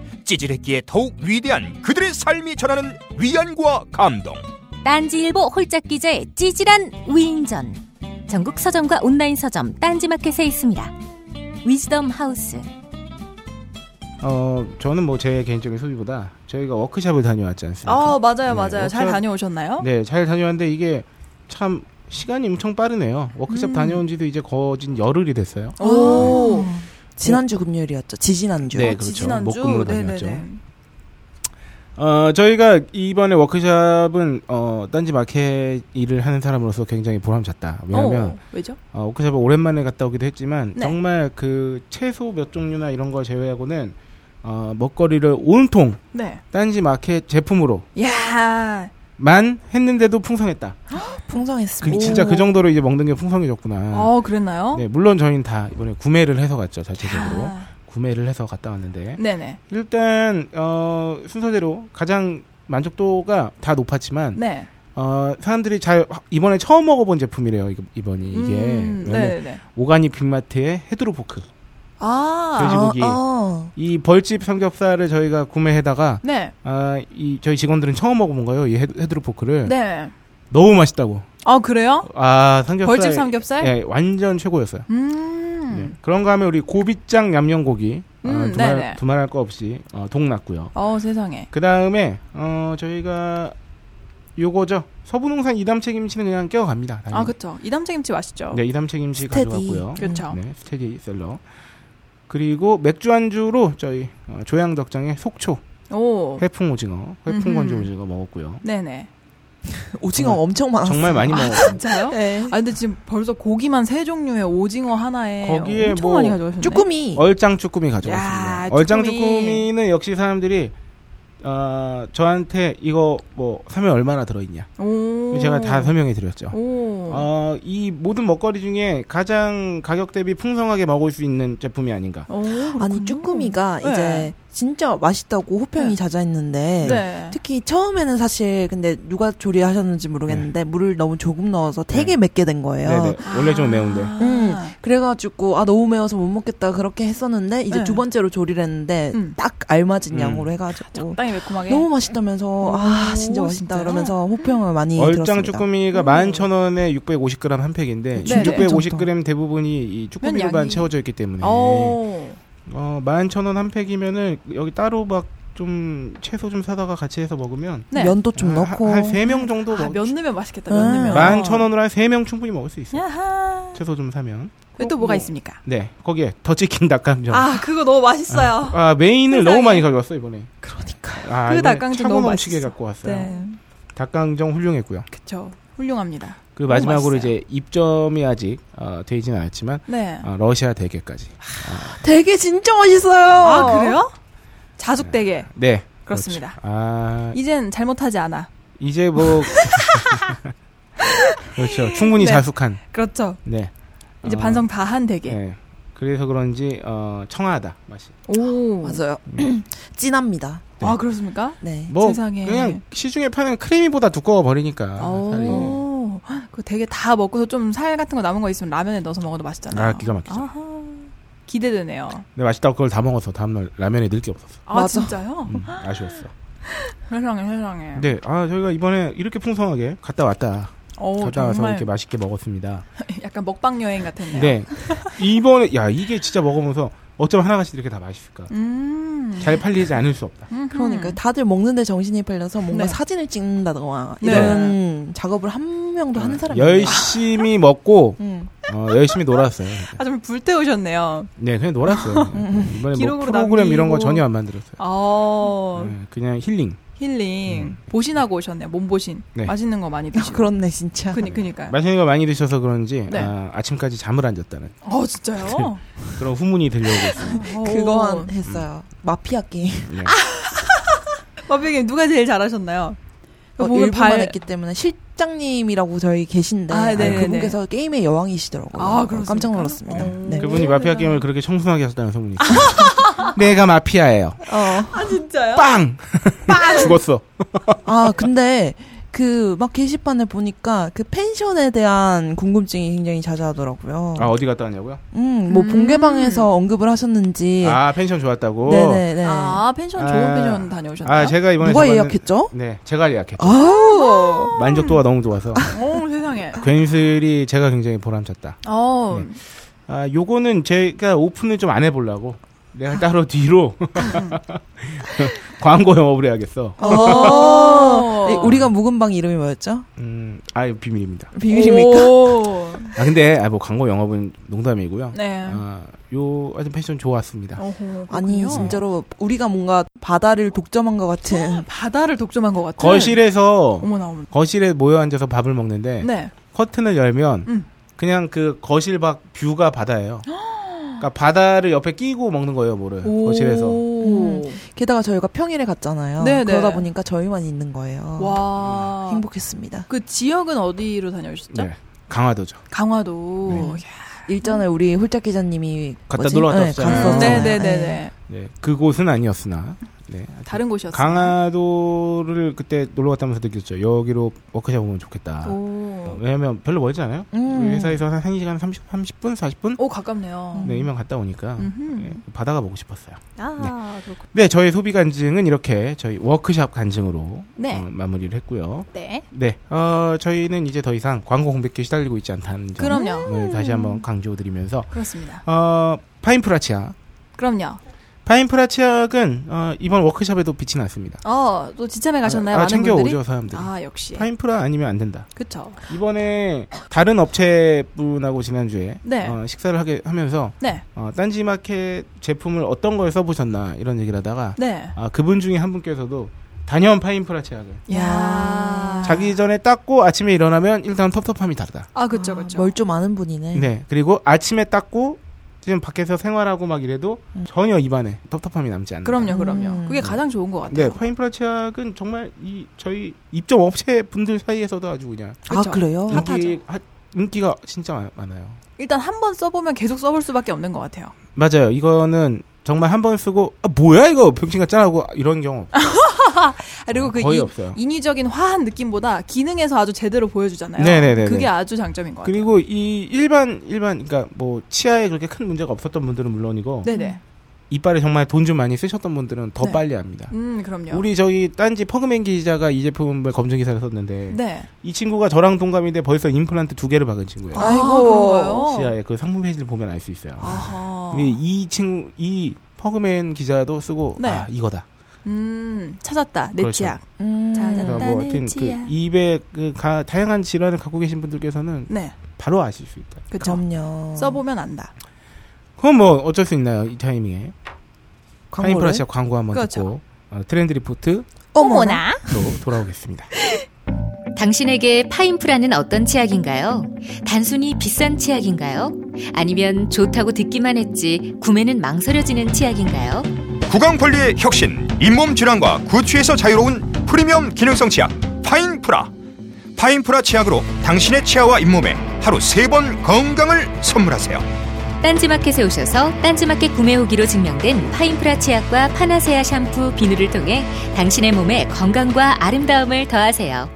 Speaker 9: 찌질했기에 더욱 위대한 그들의 삶이 전하는 위안과 감동.
Speaker 3: 딴지일보 홀짝 기자의 찌질한 위인전. 전국 서점과 온라인 서점 딴지마켓에 있습니다. 위즈덤 하우스.
Speaker 4: 어 저는 뭐 제 개인적인 소비보다 저희가 워크샵을 다녀왔지 않습니까?
Speaker 6: 아, 맞아요, 맞아요.
Speaker 4: 네,
Speaker 6: 잘
Speaker 4: 워크샵-
Speaker 6: 다녀오셨나요?
Speaker 4: 네, 잘 다녀왔는데 이게 참 시간이 엄청 빠르네요. 워크숍
Speaker 6: 음.
Speaker 4: 다녀온 지도 이제 거진 열흘을 됐어요.
Speaker 6: 오.
Speaker 7: 지난주 금요일이었죠. 지지난주.
Speaker 4: 뭐 네, 그렇죠.
Speaker 6: 지지난주.
Speaker 4: 목금으로
Speaker 6: 네네네.
Speaker 4: 다녔죠. 어, 저희가 이번에 워크샵은 어, 딴지 마켓 일을 하는 사람으로서 굉장히 보람찼다. 왜냐면
Speaker 6: 어, 왜죠?
Speaker 4: 어, 워크숍을 오랜만에 갔다 오기도 했지만
Speaker 6: 네.
Speaker 4: 정말 그 채소 몇 종류나 이런 걸 제외하고는 어, 먹거리를 온통
Speaker 6: 네.
Speaker 4: 딴지 마켓 제품으로
Speaker 6: 야
Speaker 4: 만 했는데도 풍성했다. 그,
Speaker 7: 풍성했습니다.
Speaker 4: 진짜 그 정도로 이제 먹는 게 풍성해졌구나.
Speaker 6: 어, 그랬나요?
Speaker 4: 아, 네, 물론 저희는 다 이번에 구매를 해서 갔죠, 자체적으로.
Speaker 6: 아,
Speaker 4: 구매를 해서 갔다 왔는데.
Speaker 6: 네네.
Speaker 4: 일단, 어, 순서대로 가장 만족도가 다 높았지만,
Speaker 6: 네.
Speaker 4: 어, 사람들이 잘, 화- 이번에 처음 먹어본 제품이래요, 이거- 이번이. 이게.
Speaker 6: 음,
Speaker 4: 왜냐면
Speaker 6: 네네.
Speaker 4: 오가닉 빅마트의 헤드로 포크.
Speaker 6: 아.
Speaker 4: 돼지- 돼지고기.
Speaker 7: 아, 아.
Speaker 4: 이 벌집 삼겹살을 저희가 구매해다가,
Speaker 6: 네.
Speaker 4: 아, 이, 저희 직원들은 처음 먹어본 거예요, 이 헤드, 헤드로 포크를.
Speaker 6: 네.
Speaker 4: 너무 맛있다고.
Speaker 6: 아, 그래요?
Speaker 4: 아, 삼겹살.
Speaker 6: 벌집 삼겹살?
Speaker 4: 예, 완전 최고였어요.
Speaker 6: 음.
Speaker 4: 네. 그런가 하면 우리 고bit장 얌양고기
Speaker 6: 음,
Speaker 4: 어, 두말,
Speaker 6: 네네.
Speaker 4: 두말할 거 없이 어, 동났고요.
Speaker 6: 어, 세상에.
Speaker 4: 그 다음에 어, 저희가 요거죠 서부농산 이담책임치는 그냥 껴갑니다.
Speaker 6: 아, 그쵸. 그렇죠. 이담책김치 맛있죠.
Speaker 4: 네 이담책임치
Speaker 7: 스테디.
Speaker 4: 가져갔고요.
Speaker 6: 그쵸.
Speaker 4: 네 스테디셀러 그리고 맥주 안주로 저희 어, 조양덕장의 속초
Speaker 6: 오.
Speaker 4: 회풍 오징어, 회풍
Speaker 6: 음흠.
Speaker 4: 건조 오징어 먹었고요.
Speaker 6: 네네.
Speaker 7: 오징어
Speaker 4: 정말-
Speaker 7: 엄청
Speaker 6: 아,
Speaker 7: 많았어요.
Speaker 4: 정말 많이 먹었어요.
Speaker 6: 진짜요?
Speaker 7: (laughs) 네.
Speaker 6: 아 근데 지금 벌써 고기만 세 종류에 오징어 하나에
Speaker 4: 거기에
Speaker 6: 엄청
Speaker 4: 뭐
Speaker 6: 많이 가져오셨네.
Speaker 7: 쭈꾸미.
Speaker 4: 얼짱 쭈꾸미 가져왔습니다.
Speaker 6: 야,
Speaker 4: 얼짱
Speaker 6: 쭈꾸미.
Speaker 4: 쭈꾸미는 역시 사람들이 어, 저한테 이거 뭐 사면 얼마나 들어있냐
Speaker 6: 오.
Speaker 4: 제가 다 설명해 드렸죠.
Speaker 6: 오.
Speaker 4: 어, 이 모든 먹거리 중에 가장 가격 대비 풍성하게 먹을 수 있는 제품이 아닌가.
Speaker 6: 오, 그렇군요.
Speaker 7: 아니 쭈꾸미가
Speaker 6: 네.
Speaker 7: 이제 진짜 맛있다고 호평이
Speaker 6: 네.
Speaker 7: 자자했는데
Speaker 6: 네.
Speaker 7: 특히 처음에는 사실 근데 누가 조리하셨는지 모르겠는데 물을 너무 조금 넣어서 되게 맵게 된 거예요.
Speaker 4: 네. 네네. 원래
Speaker 6: 아,
Speaker 4: 좀 매운데.
Speaker 7: 음, 그래가지고 아 너무 매워서 못 먹겠다 그렇게 했었는데 이제
Speaker 6: 네.
Speaker 7: 두 번째로 조리를 했는데
Speaker 6: 음.
Speaker 7: 딱 알맞은
Speaker 4: 음.
Speaker 7: 양으로 해가지고
Speaker 6: 땅이 매콤하게.
Speaker 7: 너무 맛있다면서 아
Speaker 6: 네. 오,
Speaker 7: 진짜 맛있다
Speaker 6: 진짜요?
Speaker 7: 그러면서 호평을
Speaker 6: 예,
Speaker 7: 많이
Speaker 4: 얼짱
Speaker 7: 들었습니다.
Speaker 4: 쭈꾸미가 11,000원에 650g 한 팩인데
Speaker 6: 네네.
Speaker 4: 650g 대부분이 이
Speaker 6: 면
Speaker 4: 쭈꾸미로만
Speaker 6: 양이-
Speaker 4: 채워져 있기 때문에 어,
Speaker 6: 오.
Speaker 4: 11,000원 한 팩이면은 여기 따로 막 좀 채소 좀 사다가 같이 해서 먹으면 아,
Speaker 6: 네.
Speaker 7: 면도 좀 넣고
Speaker 4: 한 세 명 정도
Speaker 6: 아,
Speaker 4: 먹
Speaker 6: 면 넣으면 맛있겠다. 면
Speaker 7: 음.
Speaker 6: 넣으면.
Speaker 4: 만 천 원으로 한 세 명 충분히 먹을 수 있어요.
Speaker 6: 야하.
Speaker 4: 채소 좀 사면.
Speaker 6: 그리고 또 뭐가 있습니까?
Speaker 4: 네. 거기에 더 치킨 닭강정.
Speaker 6: 아 그거 너무 맛있어요.
Speaker 4: 어, 아, 메인을
Speaker 6: 세상에.
Speaker 4: 너무 많이 가져왔어 이번에. 그러니까.
Speaker 6: 그
Speaker 4: 이번에
Speaker 6: 닭강정
Speaker 4: 차고
Speaker 6: 너무
Speaker 4: 넘치게
Speaker 6: 맛있어.
Speaker 4: 갖고 왔어요.
Speaker 6: 네.
Speaker 4: 닭강정 훌륭했고요.
Speaker 6: 그쵸. 훌륭합니다.
Speaker 4: 그리고 마지막으로
Speaker 6: 맛있어요.
Speaker 4: 이제 입점이 아직 어, 되지는 않았지만
Speaker 6: 네.
Speaker 4: 어, 러시아 대게까지.
Speaker 7: 되게 진짜 맛있어요.
Speaker 6: 아 그래요? 자숙대게.
Speaker 4: 네.
Speaker 6: 그렇습니다.
Speaker 4: 그렇죠. 아
Speaker 6: 이젠 잘못하지 않아.
Speaker 4: 이제
Speaker 6: (laughs)
Speaker 4: 뭐 그렇죠. 충분히
Speaker 6: 네.
Speaker 4: 자숙한.
Speaker 6: 그렇죠.
Speaker 4: 네.
Speaker 6: 이제
Speaker 4: 어,
Speaker 6: 반성 다 한 대게.
Speaker 4: 네. 그래서 그런지 어, 청하다 맛이.
Speaker 6: 오.
Speaker 7: 맞아요. (clears throat) 진합니다.
Speaker 4: 네.
Speaker 6: 아 그렇습니까?
Speaker 7: 네.
Speaker 4: 음. 뭐
Speaker 6: 세상에. 어.
Speaker 4: 그냥 시중에 파는 크리미보다 두꺼워 버리니까. 아, 살이.
Speaker 6: 오, 그 되게 다 먹고서 좀 살 같은 거 남은 거 있으면 라면에 넣어서 먹어도 맛있잖아요.
Speaker 4: 아, 기가 막히죠.
Speaker 6: 아하, 기대되네요.
Speaker 4: 근데 맛있다고 그걸 다 먹어서 다음날 라면에 넣을 게 없었어.
Speaker 6: 아
Speaker 7: 맞아.
Speaker 6: 진짜요?
Speaker 4: 음, 아쉬웠어.
Speaker 6: 세상에 세상에.
Speaker 4: 네, 아 저희가 이번에 이렇게 풍성하게 갔다 왔다.
Speaker 6: 오
Speaker 4: 갔다 와서
Speaker 6: 정말
Speaker 4: 이렇게 맛있게 먹었습니다.
Speaker 6: 약간 먹방 여행 같았네요.
Speaker 4: 네, 이번에 야 이게 진짜 먹으면서 어쩜 하나같이 이렇게 다 맛있을까?
Speaker 6: 음.
Speaker 4: 잘 팔리지 않을 수 없다.
Speaker 6: 음흠.
Speaker 7: 그러니까 다들 먹는데 정신이 팔려서 뭔가
Speaker 6: 네.
Speaker 7: 사진을 찍는다거나
Speaker 6: 네.
Speaker 7: 이런 작업을 한 명도 하는 사람이
Speaker 4: 네.
Speaker 7: 음.
Speaker 4: 열심히 먹고
Speaker 7: 응.
Speaker 4: 어, 열심히 놀았어요.
Speaker 6: 아, 좀 불태우셨네요.
Speaker 4: 네, 그냥 놀았어요. 그냥. 이번에 뭐
Speaker 6: 음, 기록으로
Speaker 4: 프로그램 이런 거
Speaker 6: 남기고.
Speaker 4: 전혀 안 만들었어요.
Speaker 6: 어,
Speaker 4: 네, 그냥 힐링.
Speaker 6: 힐링.
Speaker 4: 음.
Speaker 6: 보신하고 오셨네요. 몸보신.
Speaker 4: 네.
Speaker 6: 맛있는 거 많이
Speaker 7: 아,
Speaker 6: 드시고.
Speaker 7: 그렇네 진짜.
Speaker 6: 그니, 그니까요.
Speaker 4: 맛있는 거 많이 드셔서 그런지
Speaker 6: 네.
Speaker 4: 아, 아침까지 잠을 안 잤다는
Speaker 6: 어, 진짜요? 어,
Speaker 4: 그런 후문이 들려오고
Speaker 7: (laughs)
Speaker 4: 있습니다.
Speaker 7: 그거 한 했어요. 마피아 게임.
Speaker 4: 네.
Speaker 6: 마비님 누가 제일 잘하셨나요?
Speaker 7: 어,
Speaker 6: 보면
Speaker 7: 일부만
Speaker 6: 그 발-
Speaker 7: 했기 때문에 실장님이라고 저희 계신데
Speaker 6: 아, 네네네.
Speaker 7: 그분께서 게임의 여왕이시더라고요.
Speaker 6: 아, 그렇습니까?
Speaker 7: 깜짝 놀랐습니다.
Speaker 6: 어.
Speaker 7: 네.
Speaker 4: 그분이 마피아
Speaker 6: 대단하다.
Speaker 4: 게임을 그렇게 청순하게 하셨다는 (laughs) 소문이 있어요. 내가 마피아예요.
Speaker 7: 어.
Speaker 6: 아, 진짜요?
Speaker 4: 빵! (laughs) 죽었어.
Speaker 7: 아 근데 그 막 게시판을 보니까 그 펜션에 대한 궁금증이 굉장히 자자하더라고요.
Speaker 4: 아, 어디 갔다 왔냐고요?
Speaker 7: 음, 뭐
Speaker 6: 음.
Speaker 7: 본개방에서 언급을 하셨는지.
Speaker 4: 아, 펜션 좋았다고?
Speaker 7: 예. 네네네.
Speaker 6: 아, 펜션,
Speaker 4: 아.
Speaker 6: 좋은 펜션 다녀오셨나요?
Speaker 4: 아, 제가 이번에
Speaker 7: 누가
Speaker 4: 잡았는-
Speaker 7: 예약했죠?
Speaker 4: 네, 제가 예약했죠.
Speaker 7: 아우.
Speaker 4: 만족도가 너무 좋아서
Speaker 6: 어, 세상에.
Speaker 4: 괜스리 제가 굉장히 보람찼다.
Speaker 6: 어,
Speaker 4: 네. 아, 요거는 제가 오픈을 좀 안 해보려고
Speaker 7: 아.
Speaker 4: 내가 따로
Speaker 7: (laughs)
Speaker 4: 뒤로 (laughs) 광고 영업을 해야겠어.
Speaker 6: 아.
Speaker 7: 어. 네, 아. 우리가 묵은 방 이름이 뭐였죠?
Speaker 4: 음, 아, 비밀입니다.
Speaker 7: 비밀입니까?
Speaker 6: 오.
Speaker 4: 아, 근데 아, 뭐 광고 영업은 농담이고요.
Speaker 6: 네.
Speaker 4: 아, 요 하여튼 패션 좋았습니다.
Speaker 6: 어허,
Speaker 7: 아니
Speaker 6: 그렇군요.
Speaker 7: 진짜로 우리가 뭔가 바다를 독점한 것
Speaker 6: (laughs)
Speaker 7: 같은.
Speaker 6: 바다를 독점한 것 같은.
Speaker 4: 거실에서
Speaker 6: 어머나 어머나.
Speaker 4: 거실에 모여 앉아서 밥을 먹는데
Speaker 6: 음. 네.
Speaker 4: 커튼을 열면
Speaker 6: 음.
Speaker 4: 그냥 그 거실 밖 뷰가 바다예요. 그러니까 바다를 옆에 끼고 먹는 그 거예요, 뭐를 거실에서.
Speaker 6: 오.
Speaker 7: 게다가 저희가 평일에 갔잖아요.
Speaker 6: 네네.
Speaker 7: 그러다 보니까 저희만 있는 거예요.
Speaker 6: 와.
Speaker 7: 음. 행복했습니다.
Speaker 6: 그 지역은 어디로 다녀오셨죠?
Speaker 4: 네, 강화도죠.
Speaker 6: 강화도.
Speaker 7: 일전에 우리 홀짝 기자님이
Speaker 4: 갔다
Speaker 7: 뭐지?
Speaker 4: 놀러 갔다
Speaker 7: 네,
Speaker 4: 왔잖아요.
Speaker 7: 갔었잖아요.
Speaker 6: 네, 네,
Speaker 7: 네.
Speaker 6: 네, 네.
Speaker 4: 네, 그곳은 아니었으나 네,
Speaker 6: 다른 곳이었어요.
Speaker 4: 강화도를 그때 놀러 갔다면서 느꼈죠. 여기로 워크숍 오면 좋겠다.
Speaker 6: 오.
Speaker 4: 왜냐면 별로 멀지 않아요.
Speaker 7: 음.
Speaker 4: 우리 회사에서 한 1시간 30, 30분, 40분?
Speaker 6: 오, 가깝네요.
Speaker 4: 네, 이만 갔다 오니까
Speaker 6: 어. 음흠.
Speaker 4: 네, 바다가 보고 싶었어요.
Speaker 6: 아, 그렇군.
Speaker 4: 네, 저희 소비 간증은 이렇게 저희 워크샵 간증으로
Speaker 6: 네.
Speaker 4: 어, 마무리를 했고요.
Speaker 6: 네.
Speaker 4: 네, 어, 저희는 이제 더 이상 광고 공백기에 시달리고 있지 않다는 점
Speaker 6: 그럼요.
Speaker 4: 을 네, 다시 한번 강조드리면서
Speaker 6: 그렇습니다.
Speaker 4: 어, 파인프라치아
Speaker 6: 그럼요.
Speaker 4: 파인프라치약은 어, 이번 워크숍에도 빛이 났습니다.
Speaker 6: 어, 또 지참에 가셨나요?
Speaker 4: 아,
Speaker 6: 많은
Speaker 4: 챙겨오죠
Speaker 6: 분들이?
Speaker 4: 사람들이.
Speaker 6: 아, 역시.
Speaker 4: 파인프라 아니면 안 된다.
Speaker 6: 그쵸.
Speaker 4: 이번에 다른 업체 분하고 지난주에
Speaker 6: 네.
Speaker 4: 어, 식사를 하게 하면서
Speaker 6: 네.
Speaker 4: 어, 딴지마켓 제품을 어떤 걸 써보셨나 이런 얘기를 하다가
Speaker 6: 네.
Speaker 4: 아, 그분 중에 한 분께서도 단연 파인프라 치약을
Speaker 6: 야
Speaker 4: 자기 전에 닦고 아침에 일어나면 일단 텁텁함이 다르다.
Speaker 6: 아, 그쵸, 그쵸.
Speaker 7: 뭘 좀 아는 분이네.
Speaker 4: 네. 그리고 아침에 닦고 지금 밖에서 생활하고 막 이래도 전혀 입안에 텁텁함이 남지 않는다.
Speaker 6: 음. 그럼요, 그럼요.
Speaker 7: 음.
Speaker 6: 그게 가장 좋은 것 같아요.
Speaker 4: 네, 파인프라 치약은 정말 이 저희 입점 업체 분들 사이에서도 아주 그냥
Speaker 7: 아
Speaker 6: 그쵸?
Speaker 7: 그래요?
Speaker 6: 다- 어, 핫하죠.
Speaker 4: 인기, 핫- 인기가 진짜 많- 많아요.
Speaker 6: 일단 한 번 써보면 계속 써볼 수밖에 없는 것 같아요.
Speaker 4: 맞아요. 이거는 정말 한 번 쓰고 아 뭐야 이거 병신 같잖아 하고 이런 경우
Speaker 6: 아, 그리고 그
Speaker 4: 거의
Speaker 6: 이-
Speaker 4: 없어요.
Speaker 6: 인위적인 화한 느낌보다 기능에서 아주 제대로 보여주잖아요.
Speaker 4: 네네네네.
Speaker 6: 그게 아주 장점인 것 같아요.
Speaker 4: 그리고 이 일반 일반 그러니까 뭐 치아에 그렇게 큰 문제가 없었던 분들은 물론이고
Speaker 6: 네네.
Speaker 4: 이빨에 정말 돈 좀 많이 쓰셨던 분들은 더
Speaker 6: 네.
Speaker 4: 빨리 합니다.
Speaker 6: 음, 그럼요.
Speaker 4: 우리 저기 딴지 퍼그맨 기자가 이 제품을 검증 기사를 썼는데
Speaker 6: 네.
Speaker 4: 이 친구가 저랑 동갑인데 벌써 임플란트 두 개를 박은 친구예요.
Speaker 7: 아이고.
Speaker 6: 그런가요?
Speaker 4: 치아에 그 상품 페이지를 보면 알 수 있어요.
Speaker 6: 아하.
Speaker 4: 근데 이 친구 이 퍼그맨 기자도 쓰고
Speaker 6: 네.
Speaker 4: 아 이거다.
Speaker 6: 음, 찾았다. 내
Speaker 4: 그렇죠.
Speaker 6: 치약.
Speaker 7: 음.
Speaker 6: 자자.
Speaker 4: 그러니까 뭐 하여튼 그 입에 그 가- 다양한 질환을 갖고 계신 분들께서는
Speaker 6: 네.
Speaker 4: 바로 아실 수 있다.
Speaker 6: 그쵸.
Speaker 4: 어.
Speaker 7: 그럼요.
Speaker 6: 써보면 안다.
Speaker 4: 그건 뭐 어쩔 수 있나요 이 타이밍에
Speaker 7: 광고를?
Speaker 4: 타임프라시아 광고 한번
Speaker 6: 그렇죠. 아?
Speaker 4: 듣고 어, 트렌드 리포트
Speaker 7: 어머나.
Speaker 4: 또 돌아오겠습니다.
Speaker 3: 당신에게 파인프라는 어떤 치약인가요? 단순히 비싼 치약인가요? 아니면 좋다고 듣기만 했지 구매는 망설여지는 치약인가요?
Speaker 9: 구강관리의 혁신, 잇몸 질환과 구취에서 자유로운 프리미엄 기능성 치약 파인프라. 파인프라 치약으로 당신의 치아와 잇몸에 하루 세 번 건강을 선물하세요.
Speaker 3: 딴지마켓에 오셔서 딴지마켓 구매 후기로 증명된 파인프라 치약과 파나세아 샴푸 비누를 통해 당신의 몸에 건강과 아름다움을 더하세요.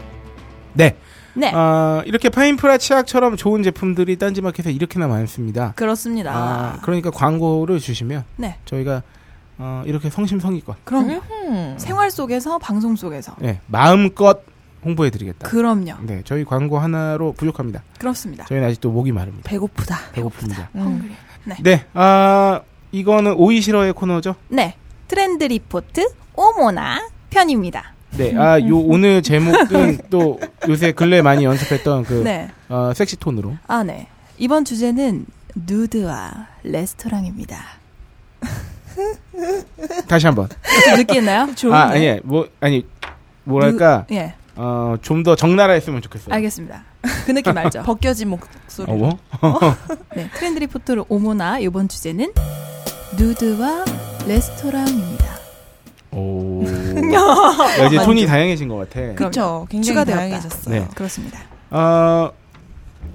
Speaker 4: 네.
Speaker 6: 네.
Speaker 4: 아, 이렇게 파인프라 치약처럼 좋은 제품들이 딴지마켓에 이렇게나 많습니다.
Speaker 6: 그렇습니다.
Speaker 4: 아, 그러니까 광고를 주시면
Speaker 6: 네.
Speaker 4: 저희가 어, 이렇게 성심성의껏
Speaker 6: 그럼요.
Speaker 7: 음.
Speaker 6: 생활 속에서, 방송 속에서.
Speaker 4: 네, 마음껏 홍보해드리겠다.
Speaker 6: 그럼요. 아.
Speaker 4: 네, 저희 광고 하나로 부족합니다.
Speaker 6: 그렇습니다.
Speaker 4: 저희는 아직도 목이 마릅니다.
Speaker 6: 네. 음.
Speaker 7: 배고프다.
Speaker 4: 배고픕니다.
Speaker 7: 음.
Speaker 4: 네, 아, 이거는 오이 싫어의 코너죠?
Speaker 6: 네. 트렌드 리포트 오모나 편입니다.
Speaker 4: 네. 아, 요 오늘
Speaker 6: (laughs)
Speaker 4: 제목은 또 요새 근래 많이 연습했던 그
Speaker 6: 네.
Speaker 4: 어, 섹시 톤으로.
Speaker 6: 아, 네. 이번 주제는 누드와 레스토랑입니다.
Speaker 4: 다시 한번.
Speaker 6: 좀 느끼나요? (laughs) 좋은데.
Speaker 4: 아, 아니, 뭐 아니 뭐랄까?
Speaker 6: 예,
Speaker 4: 어, 좀 더 적나라했으면 좋겠어요.
Speaker 6: 알겠습니다. (laughs) 그 느낌
Speaker 4: (laughs)
Speaker 6: 알죠?
Speaker 7: 벗겨진 목소리.
Speaker 4: 어, 뭐?
Speaker 6: 네, 트렌드 리포트로 오모나 이번 주제는 누드와 레스토랑입니다.
Speaker 4: 오. 어. 야,
Speaker 6: 어,
Speaker 4: 이제 톤이 다양해진 것 같아.
Speaker 7: 그쵸. 굉장히
Speaker 6: 추가되었다.
Speaker 7: 다양해졌어요.
Speaker 4: 네.
Speaker 6: 그렇습니다.
Speaker 4: 아,